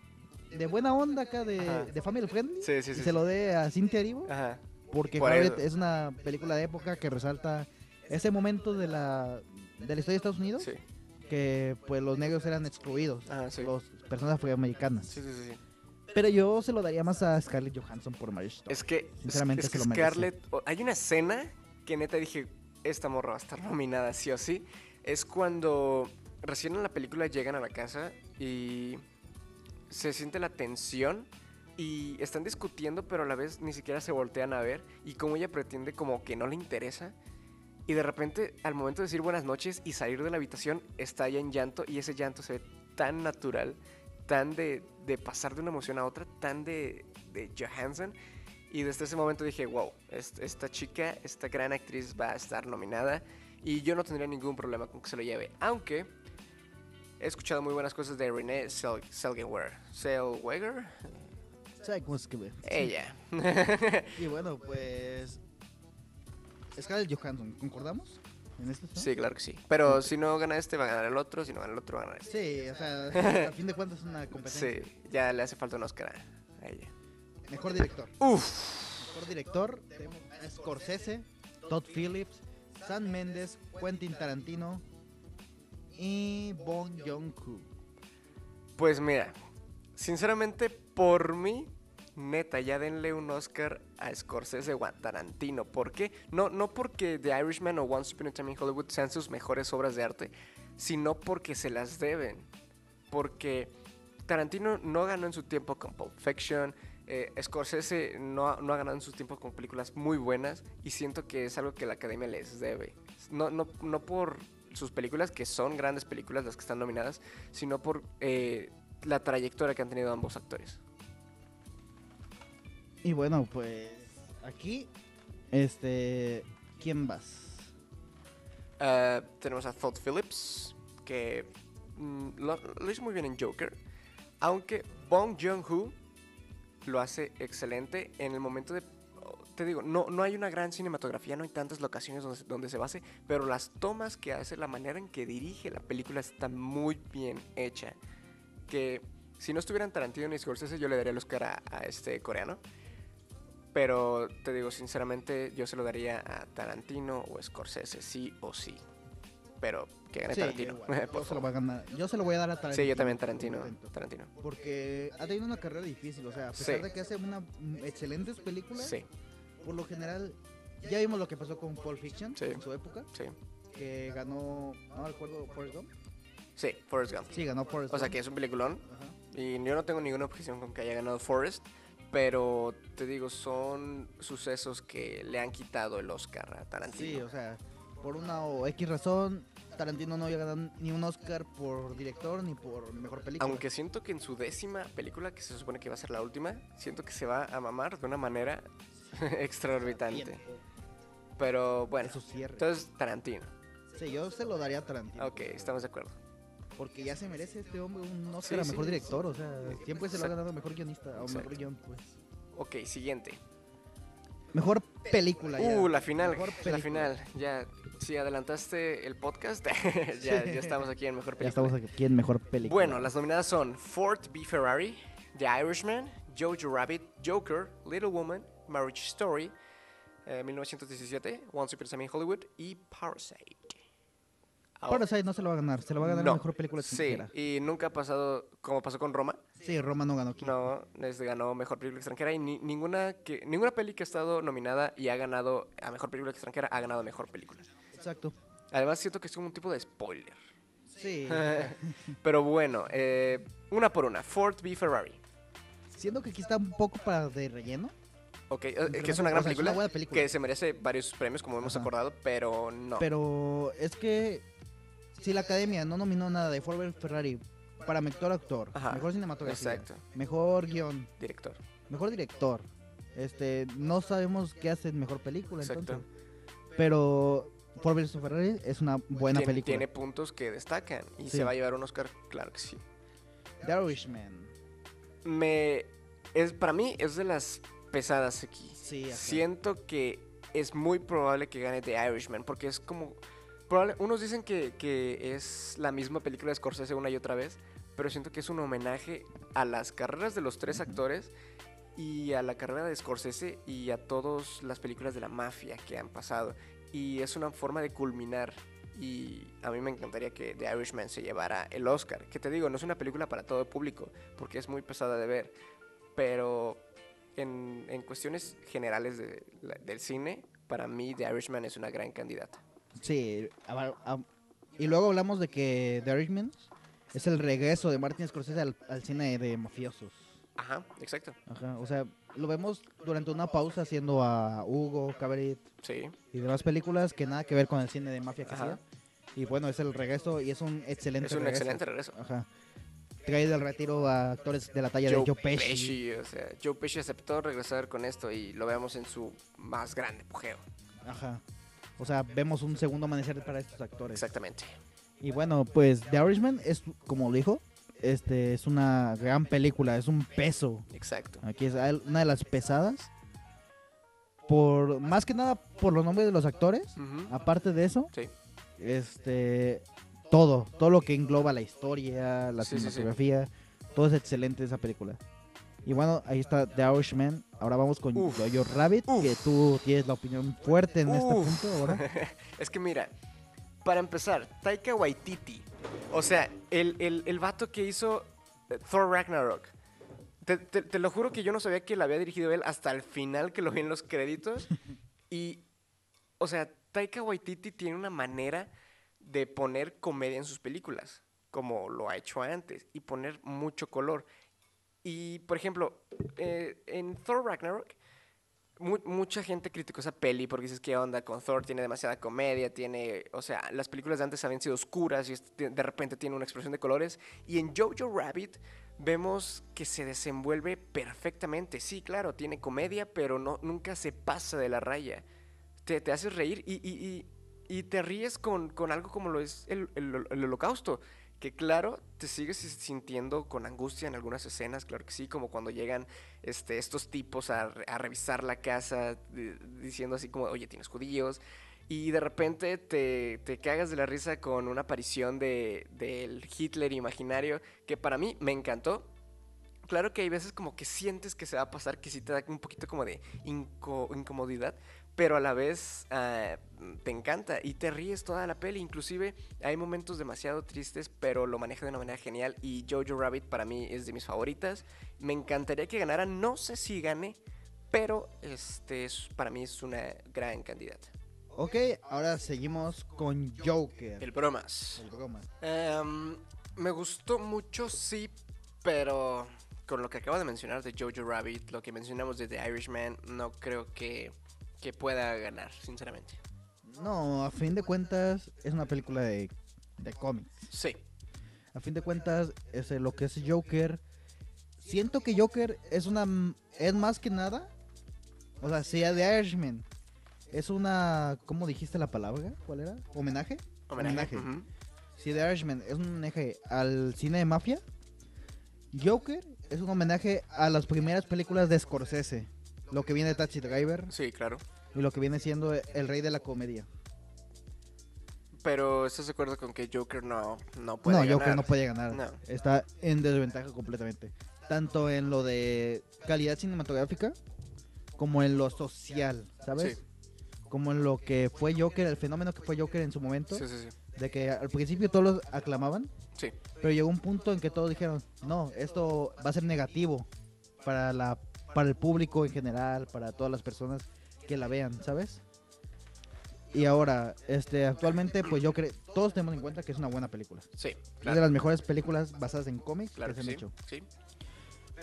de buena onda acá, Ajá. de, de family friendly. Sí, sí, y sí. se sí. lo dé a Cynthia Erivo. Ajá. Porque por Harriet eso. es una película de época que resalta ese momento de la, de la historia de Estados Unidos. Sí. Que pues los negros eran excluidos. Ajá, sí. Las personas afroamericanas. Sí, sí, sí, sí. Pero yo se lo daría más a Scarlett Johansson por Marriage Story. Es que, Sinceramente es que se lo merece. Scarlett, o- hay una escena que neta dije, esta morra va a estar nominada sí o sí. Es cuando recién en la película llegan a la casa y se siente la tensión y están discutiendo, pero a la vez ni siquiera se voltean a ver y como ella pretende como que no le interesa. Y de repente, al momento de decir buenas noches y salir de la habitación, está ella en llanto y ese llanto se ve tan natural, tan de, de pasar de una emoción a otra, tan de, de Johansson. Y desde ese momento dije, wow, est- esta chica, esta gran actriz va a estar nominada y yo no tendría ningún problema con que se lo lleve. Aunque he escuchado muy buenas cosas de Renee Zell- Zellweger. Zellweger? ¿Sabe cómo escribe? Ella. Y bueno, pues. Scarlett Johansson, ¿concordamos? ¿En este tema? sí, claro que sí. Pero si no gana este, va a ganar el otro. Si no gana el otro, va a ganar este. Sí, o sea, a fin de cuentas es una competencia. Sí, ya le hace falta un Oscar a- a ella. Mejor director. Uf. Mejor director, tenemos a Scorsese, Todd Phillips, Sam Mendes, Quentin Tarantino y Bong Joon-ho. Pues mira, sinceramente, por mí, neta, ya denle un Oscar a Scorsese o a Tarantino. ¿Por qué? No, no porque The Irishman o Once Upon a Time in Hollywood sean sus mejores obras de arte, sino porque se las deben. Porque Tarantino no ganó en su tiempo con Pulp Fiction. eh, Scorsese no, ha- no ha ganado en su tiempo con películas muy buenas y siento que es algo que la academia les debe. No, no, no por sus películas, que son grandes películas las que están nominadas, sino por eh, la trayectoria que han tenido ambos actores. Y bueno, pues. Aquí. Este. ¿Quién vas? Ah, tenemos a Todd Phillips, que mm, lo, lo hizo muy bien en Joker, aunque Bong Joon-ho lo hace excelente en el momento de... Te digo, no, no hay una gran cinematografía, no hay tantas locaciones donde, se- donde se base, pero las tomas que hace, la manera en que dirige la película está muy bien hecha. Que si no estuvieran Tarantino ni Scorsese, yo le daría el Oscar a, a este coreano. Pero te digo, sinceramente, yo se lo daría a Tarantino o Scorsese, sí o sí. Pero que gane Sí, yo, Tarantino. igual. por Yo se lo favor. voy a ganar. Yo se lo voy a dar a Tarantino. sí, yo también Tarantino. contento. Tarantino. Porque ha tenido una carrera difícil, o sea, a pesar Sí. de que hace una mm, excelentes películas, Sí, por lo general ya vimos lo que pasó con Pulp Fiction Sí. en su época, sí. que ganó, no recuerdo, Forrest Gump. Sí, Forrest Gump. Sí, ganó Forrest O sea Gump. que es un peliculón. Ajá. Y yo no tengo ninguna objeción con que haya ganado Forrest. Pero te digo, son sucesos que le han quitado el Oscar a Tarantino. Sí, o sea, por una o X razón, Tarantino no había ganado ni un Oscar por director ni por mejor película. Aunque siento que en su décima película, que se supone que va a ser la última, siento que se va a mamar de una manera extraorbitante. Tiempo, Pero bueno, su cierre. entonces Tarantino. Sí, yo se lo daría a Tarantino. Ok, estamos de acuerdo. Porque ya se merece este hombre un Oscar a sí, mejor sí. director, o sea, siempre se lo ha Exacto. ganado mejor guionista o mejor Exacto. guión, pues. Ok, siguiente. Mejor película ya. Uh, la final. Mejor La película. final. Ya, si adelantaste el podcast, ya, ya estamos aquí en Mejor Ya Película. estamos aquí en mejor película. Bueno, las nominadas son Ford v Ferrari, The Irishman, Jojo Rabbit, Joker, Little Woman, Marriage Story, eh, 1917, Once Upon a Time in Hollywood y Parasite. Ahora- Parasite no se lo va a ganar, se lo va a ganar la No, mejor película Sí, extranjera. Sí. y nunca ha pasado como pasó con Roma. Roma no ganó aquí. No, este ganó mejor película extranjera y ni- ninguna que ninguna peli que ha estado nominada y ha ganado a mejor película extranjera ha ganado mejor película. Exacto. Además siento que es como un tipo de spoiler. Sí. Pero bueno, eh, una por una. Ford v Ferrari. Siento que aquí está un poco para de relleno. Ok, eh, Simplemente, que es una o gran sea, es una película, buena película. que se merece varios premios, como hemos Ajá. acordado, pero no. Pero es que si la academia no nominó nada de Ford v Ferrari para mejor actor, Ajá, mejor cinematografía, Exacto, mejor guión, director. mejor director, este, no sabemos qué hace en mejor película, Exacto. entonces. Pero Ford v Ferrari es una buena Tien- película. Tiene puntos que destacan y Sí. se va a llevar un Oscar, claro que sí. The Irishman. Me, es, para mí es de las pesadas aquí. Sí, ajá. Siento que es muy probable que gane The Irishman, porque es como... probable- unos dicen que, que es la misma película de Scorsese una y otra vez, pero siento que es un homenaje a las carreras de los tres actores y a la carrera de Scorsese y a todas las películas de la mafia que han pasado. Y es una forma de culminar. Y a mí me encantaría que The Irishman se llevara el Oscar. Que te digo, no es una película para todo el público, porque es muy pesada de ver. Pero en, en cuestiones generales de la- del cine, para mí The Irishman es una gran candidata. Sí, a- a- y luego hablamos de que The Irishman es el regreso de Martin Scorsese al, al cine de mafiosos. Ajá, exacto. Ajá, o sea, lo vemos durante una pausa haciendo a Hugo, Cabaret Sí. y demás películas que nada que ver con el cine de mafia que Ajá. hacía. Y bueno, es el regreso y es un excelente Es un regreso. excelente regreso. Ajá. Trae del retiro a actores de la talla de Joe Pesci. o sea, Joe Pesci aceptó regresar con esto y lo vemos en su más grande pujeo. Pues. Ajá. O sea, vemos un segundo amanecer para estos actores. Exactamente. Y bueno, pues The Irishman es, como lo dijo, este, es una gran película, es un peso. Exacto. Aquí es al- una de las pesadas. Por, más que nada por los nombres de los actores. Ujú. Aparte de eso, Sí. este, todo, todo lo que engloba la historia, la Sí, sí, sí. cinematografía, todo es excelente esa película. Y bueno, ahí está The Irishman. Ahora vamos con Uf. Jojo Rabbit, Uf. que tú tienes la opinión fuerte en este Uf. punto ahora. Es que mira, para empezar, Taika Waititi. O sea, el, el- el vato que hizo eh, Thor Ragnarok. Te, te- te lo juro que yo no sabía que la había dirigido él hasta el final que lo vi en los créditos. Y, o sea, Taika Waititi tiene una manera de poner comedia en sus películas, como lo ha hecho antes, y poner mucho color. Y, por ejemplo, eh, en Thor Ragnarok, mu- mucha gente criticó esa peli porque dices, ¿qué onda con Thor? Tiene demasiada comedia, tiene, o sea, las películas de antes habían sido oscuras y este- de repente tiene una explosión de colores. Y en Jojo Rabbit vemos que se desenvuelve perfectamente. Sí, claro, tiene comedia, pero no, nunca se pasa de la raya. Te, te haces reír y, y- y- y te ríes con, con algo como lo es el, el- el holocausto. Que claro, te sigues sintiendo con angustia en algunas escenas, claro que sí, como cuando llegan este, estos tipos a, re- a revisar la casa di- diciendo así como, oye, tienes judíos. Y de repente te, te cagas de la risa con una aparición de, del Hitler imaginario que para mí me encantó. Claro que hay veces como que sientes que se va a pasar, que sí te da un poquito como de inco- incomodidad, pero a la vez ah, te encanta y te ríes toda la peli. Inclusive hay momentos demasiado tristes, pero lo maneja de una manera genial y Jojo Rabbit para mí es de mis favoritas. Me encantaría que ganara, no sé si gane, pero este es, para mí es una gran candidata. Ok, ahora seguimos con Joker. El bromas. El broma. Em, me gustó mucho, sí, pero con lo que acabo de mencionar de Jojo Rabbit, lo que mencionamos de The Irishman, no creo que, que pueda ganar, sinceramente. No, a fin de cuentas es una película de de cómics. Sí. A fin de cuentas, ese, lo que es Joker, siento que Joker es una, es más que nada, o sea, sea de Irishman, es una, ¿cómo dijiste la palabra? ¿Cuál era? ¿Homenaje? Homenaje. Homenaje. ujú. Sí, The Irishman es un homenaje al cine de mafia. Joker es un homenaje a las primeras películas de Scorsese. Lo que viene de Taxi Driver Sí, claro. y lo que viene siendo el rey de la comedia. Pero ¿estás de acuerdo con que Joker no, no puede no, ganar? Joker no puede ganar. No. Está en desventaja completamente. Tanto en lo de calidad cinematográfica como en lo social, ¿sabes? Sí. Como en lo que fue Joker, el fenómeno que fue Joker en su momento. Sí, sí, sí. De que al principio todos los aclamaban. Sí, Pero llegó un punto en que todos dijeron, no, esto va a ser negativo para la para el público en general, para todas las personas que la vean, ¿sabes? Y ahora, este, actualmente, pues yo creo, todos tenemos en cuenta que es una buena película. sí. Es de Claro, las mejores películas basadas en cómics claro que que se han sí. hecho. sí.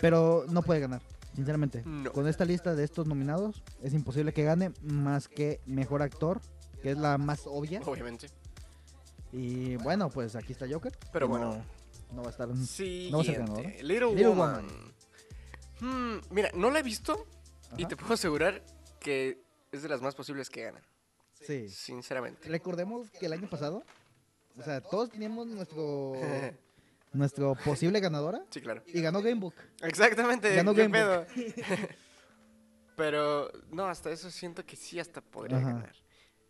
Pero no puede ganar, sinceramente. No. Con esta lista de estos nominados, es imposible que gane más que mejor actor, que es la más obvia. Obviamente. Y bueno, pues aquí está Joker. Pero que bueno. No, no va a estar... Sí. este, va a ser ganador? Little, Little Woman. Hmm, mira, no la he visto y Ajá. te puedo asegurar que es de las más posibles que ganan. Sí. Sinceramente. Recordemos que el año pasado, o sea, todos teníamos nuestro nuestro posible ganadora sí, claro. y ganó Gamebook. Exactamente. Ganó ¿qué Game pedo? Pero no, hasta eso siento que sí, hasta podría Ajá. ganar.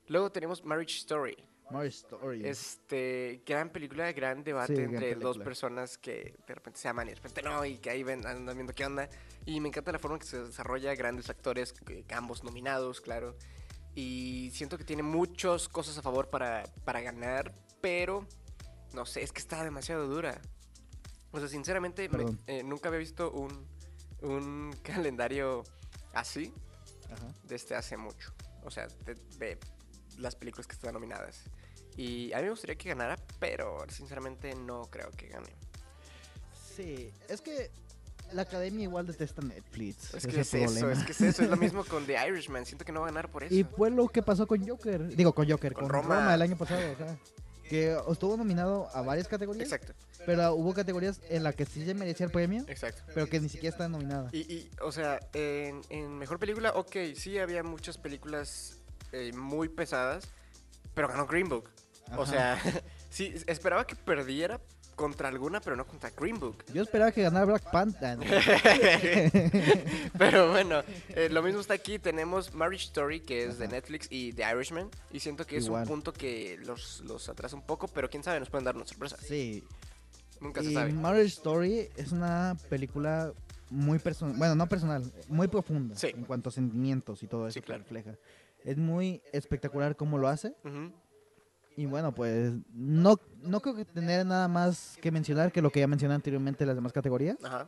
Luego tenemos Marriage Story. Marriage Story. Este, gran película, gran debate Sí, gran entre dos película. personas que de repente se aman y de repente no, y que ahí ven, andan viendo qué onda. Y me encanta la forma en que se desarrolla, grandes actores, que- ambos nominados, claro. Y siento que tiene muchas cosas a favor para, para ganar, pero no sé, es que está demasiado dura. O sea, sinceramente, me- Perdón. eh, nunca había visto un, un calendario así Ajá. desde hace mucho. O sea, de, de las películas que están nominadas. Y a mí me gustaría que ganara, pero sinceramente no creo que gane. Sí, es que la academia igual detesta Netflix. Es que es, eso, es que es eso, es lo mismo con The Irishman. Siento que no va a ganar por eso. Y fue lo que pasó con Joker, digo con Joker, Con con, Roma. Roma. el año pasado, ajá, que estuvo nominado a varias categorías, Exacto, pero hubo categorías en las que sí se merecía el premio, exacto. pero que ni siquiera está nominada. Y, y, o sea, en, en Mejor Película, ok, sí había muchas películas eh, muy pesadas, pero ganó Green Book. O Ajá. sea, sí, esperaba que perdiera contra alguna, pero no contra Green Book. yo esperaba que ganara Black Panther. ¿no? Pero bueno, eh, lo mismo está aquí. Tenemos Marriage Story, que es de Netflix, y The Irishman. Y siento que es Igual. un punto que los, los atrasa un poco, pero quién sabe, nos pueden dar una sorpresa. Sí, Nunca se Y sabe. Marriage Story es una película muy personal, bueno, no personal, muy profunda Sí. en cuanto a sentimientos y todo eso Sí, que claro. refleja. Es muy espectacular cómo lo hace. Ujú. Y bueno, pues no, no creo que tener nada más que mencionar que lo que ya mencioné anteriormente en las demás categorías. Ajá.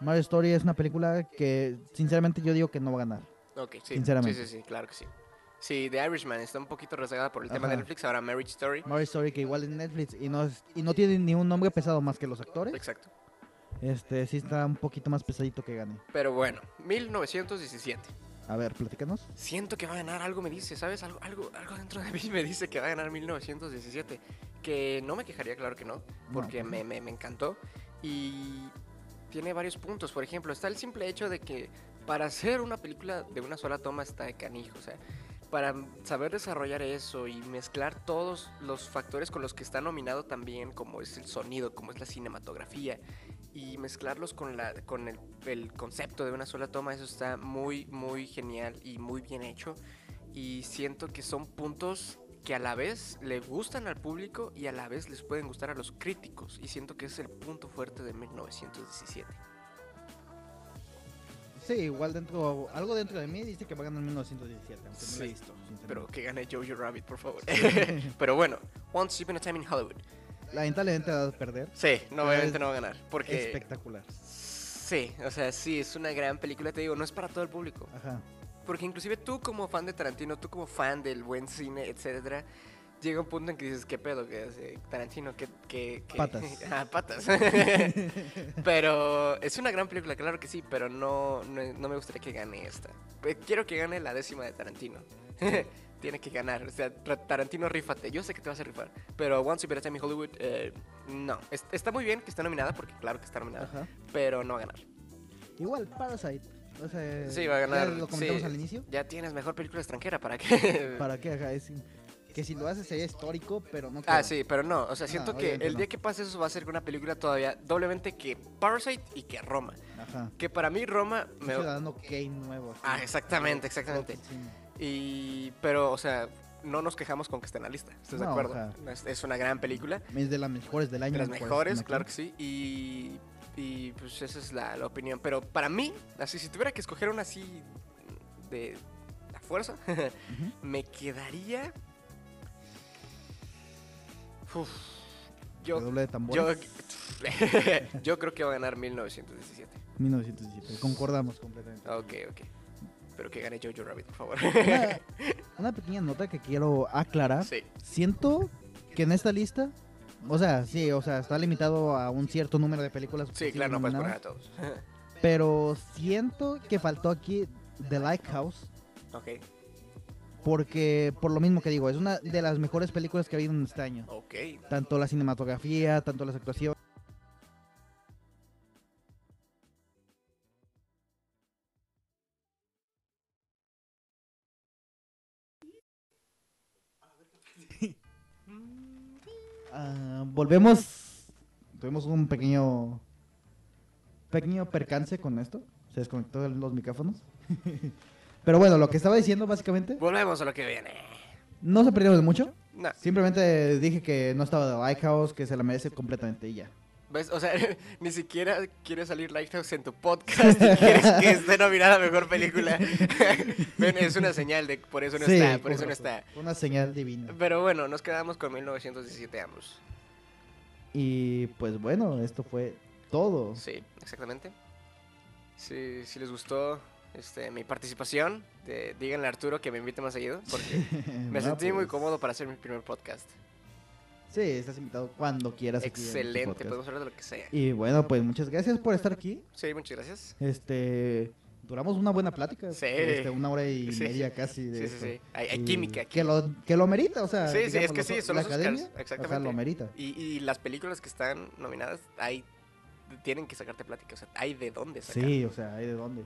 Marriage Story es una película que sinceramente yo digo que no va a ganar. Ok, sí. Sinceramente. Sí, sí, sí, claro que sí. Sí, The Irishman está un poquito rezagada por el tema de Ajá. Netflix. Ahora Marriage Story. Marriage Story que igual es Netflix y no, es- y no tiene ni un nombre pesado más que los actores. Exacto. Este sí está un poquito más pesadito que gane. Pero bueno, 1917. A ver, platícanos. Siento que va a ganar, algo me dice, ¿sabes? Algo, algo, algo dentro de mí me dice que va a ganar 1917. Que no me quejaría, claro que no, porque No. pues, me, me- me encantó. Y tiene varios puntos. Por ejemplo, está el simple hecho de que para hacer una película de una sola toma está de canijo. O sea, para saber desarrollar eso y mezclar todos los factores con los que está nominado también, como es el sonido, como es la cinematografía, y mezclarlos con, la, con el, el concepto de una sola toma, eso está muy, muy genial y muy bien hecho. Y siento que son puntos que a la vez le gustan al público y a la vez les pueden gustar a los críticos. Y siento que ese es el punto fuerte de 1917. Sí, igual dentro, algo dentro de mí dice que va a ganar 1917, aunque no lo he Sí, visto. Pero sinceramente. que gane Jojo Rabbit, por favor. Pero bueno, Once Upon a Time in Hollywood. Lamentablemente va a perder. Sí, no, Ah, obviamente es- no va a ganar. Porque Espectacular. sí, o sea, sí, es una gran película, te digo, no es para todo el público. Ajá. Porque inclusive tú como fan de Tarantino, tú como fan del buen cine, etcétera, llega un punto en que dices, ¿qué pedo? Que hace Tarantino, que... Patas. ah, patas. pero es una gran película, claro que sí, pero Pues, no, no, no me gustaría que gane esta. Eh, Quiero que gane la décima de Tarantino. tiene que ganar. O sea, Ra- Tarantino, rífate. Yo sé que te vas a rifar. Pero Once Upon a Time in Hollywood, eh, no. Es- está muy bien que esté nominada, porque claro que está nominada, Ajá. pero no va a ganar. Igual, Parasite. O sea, Sí, va a ganar, ya lo comentamos sí. al inicio. Ya tienes mejor película extranjera, ¿para qué? ¿Para qué? Ajá, es- que si lo hace sería histórico, pero no Ah, creo. sí, pero no. O sea, No, siento que obviamente el día no. que pase eso va a ser una película todavía doblemente que Parasite y que Roma. Ajá. Que para mí Roma Un me... ciudadano Kane nuevo. así. Ah, exactamente, exactamente. Sí. Y... Pero, o sea, no nos quejamos con que esté en la lista. ¿Estás de No, acuerdo? ajá. Es, es una gran película. Es de las mejores del año. De las pues, mejores, imagino. claro que sí. Y... Y pues esa es la, la opinión. Pero para mí, así, si tuviera que escoger una así de la fuerza, Ujú. me quedaría... Uf, yo Redoble de Yo, tambores. yo creo que va a ganar 1917. 1917. Concordamos completamente. Ah, Ok, ok. Pero que gane Jojo Rabbit, por favor. Una, una pequeña nota que quiero aclarar. sí. Siento que en esta lista, o sea, sí, o sea, está limitado a un cierto número de películas. Sí, posibles claro, no puedes poner nominadas, a todos. Pero siento que faltó aquí The Lighthouse. Ok, Porque, por lo mismo que digo, es una de las mejores películas que ha habido en este año. ok. Tanto la cinematografía, tanto las actuaciones. Ah, volvemos. Tuvimos un pequeño pequeño percance con esto. Se desconectó el- los micrófonos. Pero bueno, lo que estaba diciendo básicamente, Volvemos a lo que viene. no se perdieron de mucho. No, Simplemente dije que no estaba de Lighthouse, que se la merece completamente y ya. ¿ves? O sea, ni siquiera quiere salir Lighthouse en tu podcast y quieres que esté nominada a mejor película. Ven, es una señal de que por eso no está, por eso no correcto. está. Una señal divina. Pero bueno, nos quedamos con 1917 ambos. Y pues bueno, esto fue todo. Sí, exactamente. Si, si les gustó este, mi participación, de- díganle a Arturo que me invite más seguido, porque me No, sentí muy pues, cómodo para hacer mi primer podcast. Sí, estás invitado cuando quieras. aquí en este Excelente, pues, podcast. podemos hablar de lo que sea. Y bueno, pues muchas gracias por estar aquí. Sí, muchas gracias. Este, duramos una buena plática. Sí. este, una hora y Sí. media casi. De Sí, sí, esto. sí. Hay, hay Y química aquí. Que lo, que lo merita, o sea. Sí, sí, es digamos, que sí, son la los academia. Oscars, O sea, exactamente. lo merita. Y, y las películas que están nominadas, hay, tienen que sacarte plática. O sea, hay de dónde sacar. Sí, o sea, hay de dónde.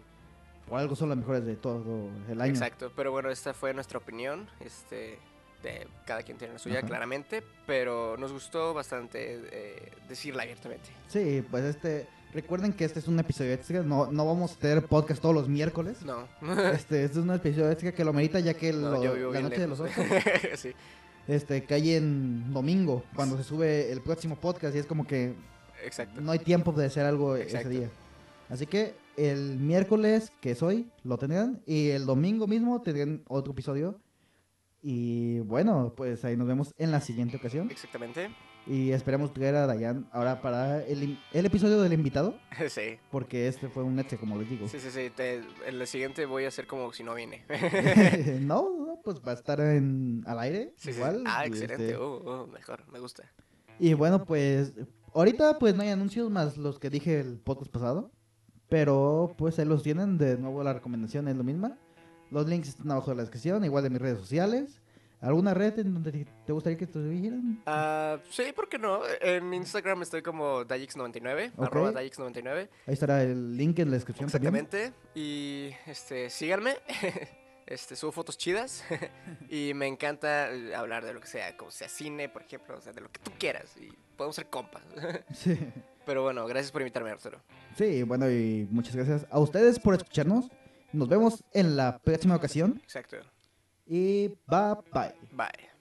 Por algo son las mejores de todo el año. Exacto, pero bueno, esta fue nuestra opinión. Este, de- cada quien tiene la suya, Ajá. claramente, pero nos gustó bastante eh, decirla abiertamente. Sí, pues este. Recuerden que este es un episodio extra. No, no vamos a tener podcast todos los miércoles. No, Este, este es un episodio extra que lo merita ya que no, lo- yo vivo la bien noche de los lejos. Oscars sí, este, cae en domingo, cuando se sube el próximo podcast. Y es como que exacto. no hay tiempo de hacer algo Exacto. ese día. Así que el miércoles, que es hoy, lo tendrán. Y el domingo mismo tendrán otro episodio. Y bueno, pues ahí nos vemos en la siguiente ocasión. Exactamente. Y esperemos traer a Dayan ahora para el, in- el episodio del invitado, Sí, porque este fue un extra, como les digo. sí, sí. sí. te- en la siguiente voy a hacer como si no viene. no, no, pues va a estar en, al aire. Sí, sí, sí. igual, Ah, y excelente. este, oh, oh, mejor, me gusta. Y bueno, pues ahorita pues no hay anuncios más los que dije el podcast pasado, pero pues ahí los tienen, de nuevo la recomendación es lo misma. Los links están abajo de la descripción, igual de mis redes sociales. ¿Alguna red en donde te gustaría que te siguieran? Ah, sí, ¿por qué no? En Instagram estoy como Dayix99, Ok. arroba Dayix99. Ahí estará el link en la descripción también. Exactamente. Y este, síganme. Este, subo fotos chidas y me encanta eh, hablar de lo que sea, como sea cine, por ejemplo, o sea, de lo que tú quieras y podemos ser compas. Sí. Pero bueno, gracias por invitarme, Arturo. Sí, bueno, y muchas gracias a ustedes por escucharnos. Nos vemos en la próxima ocasión Exacto. y bye bye. Bye.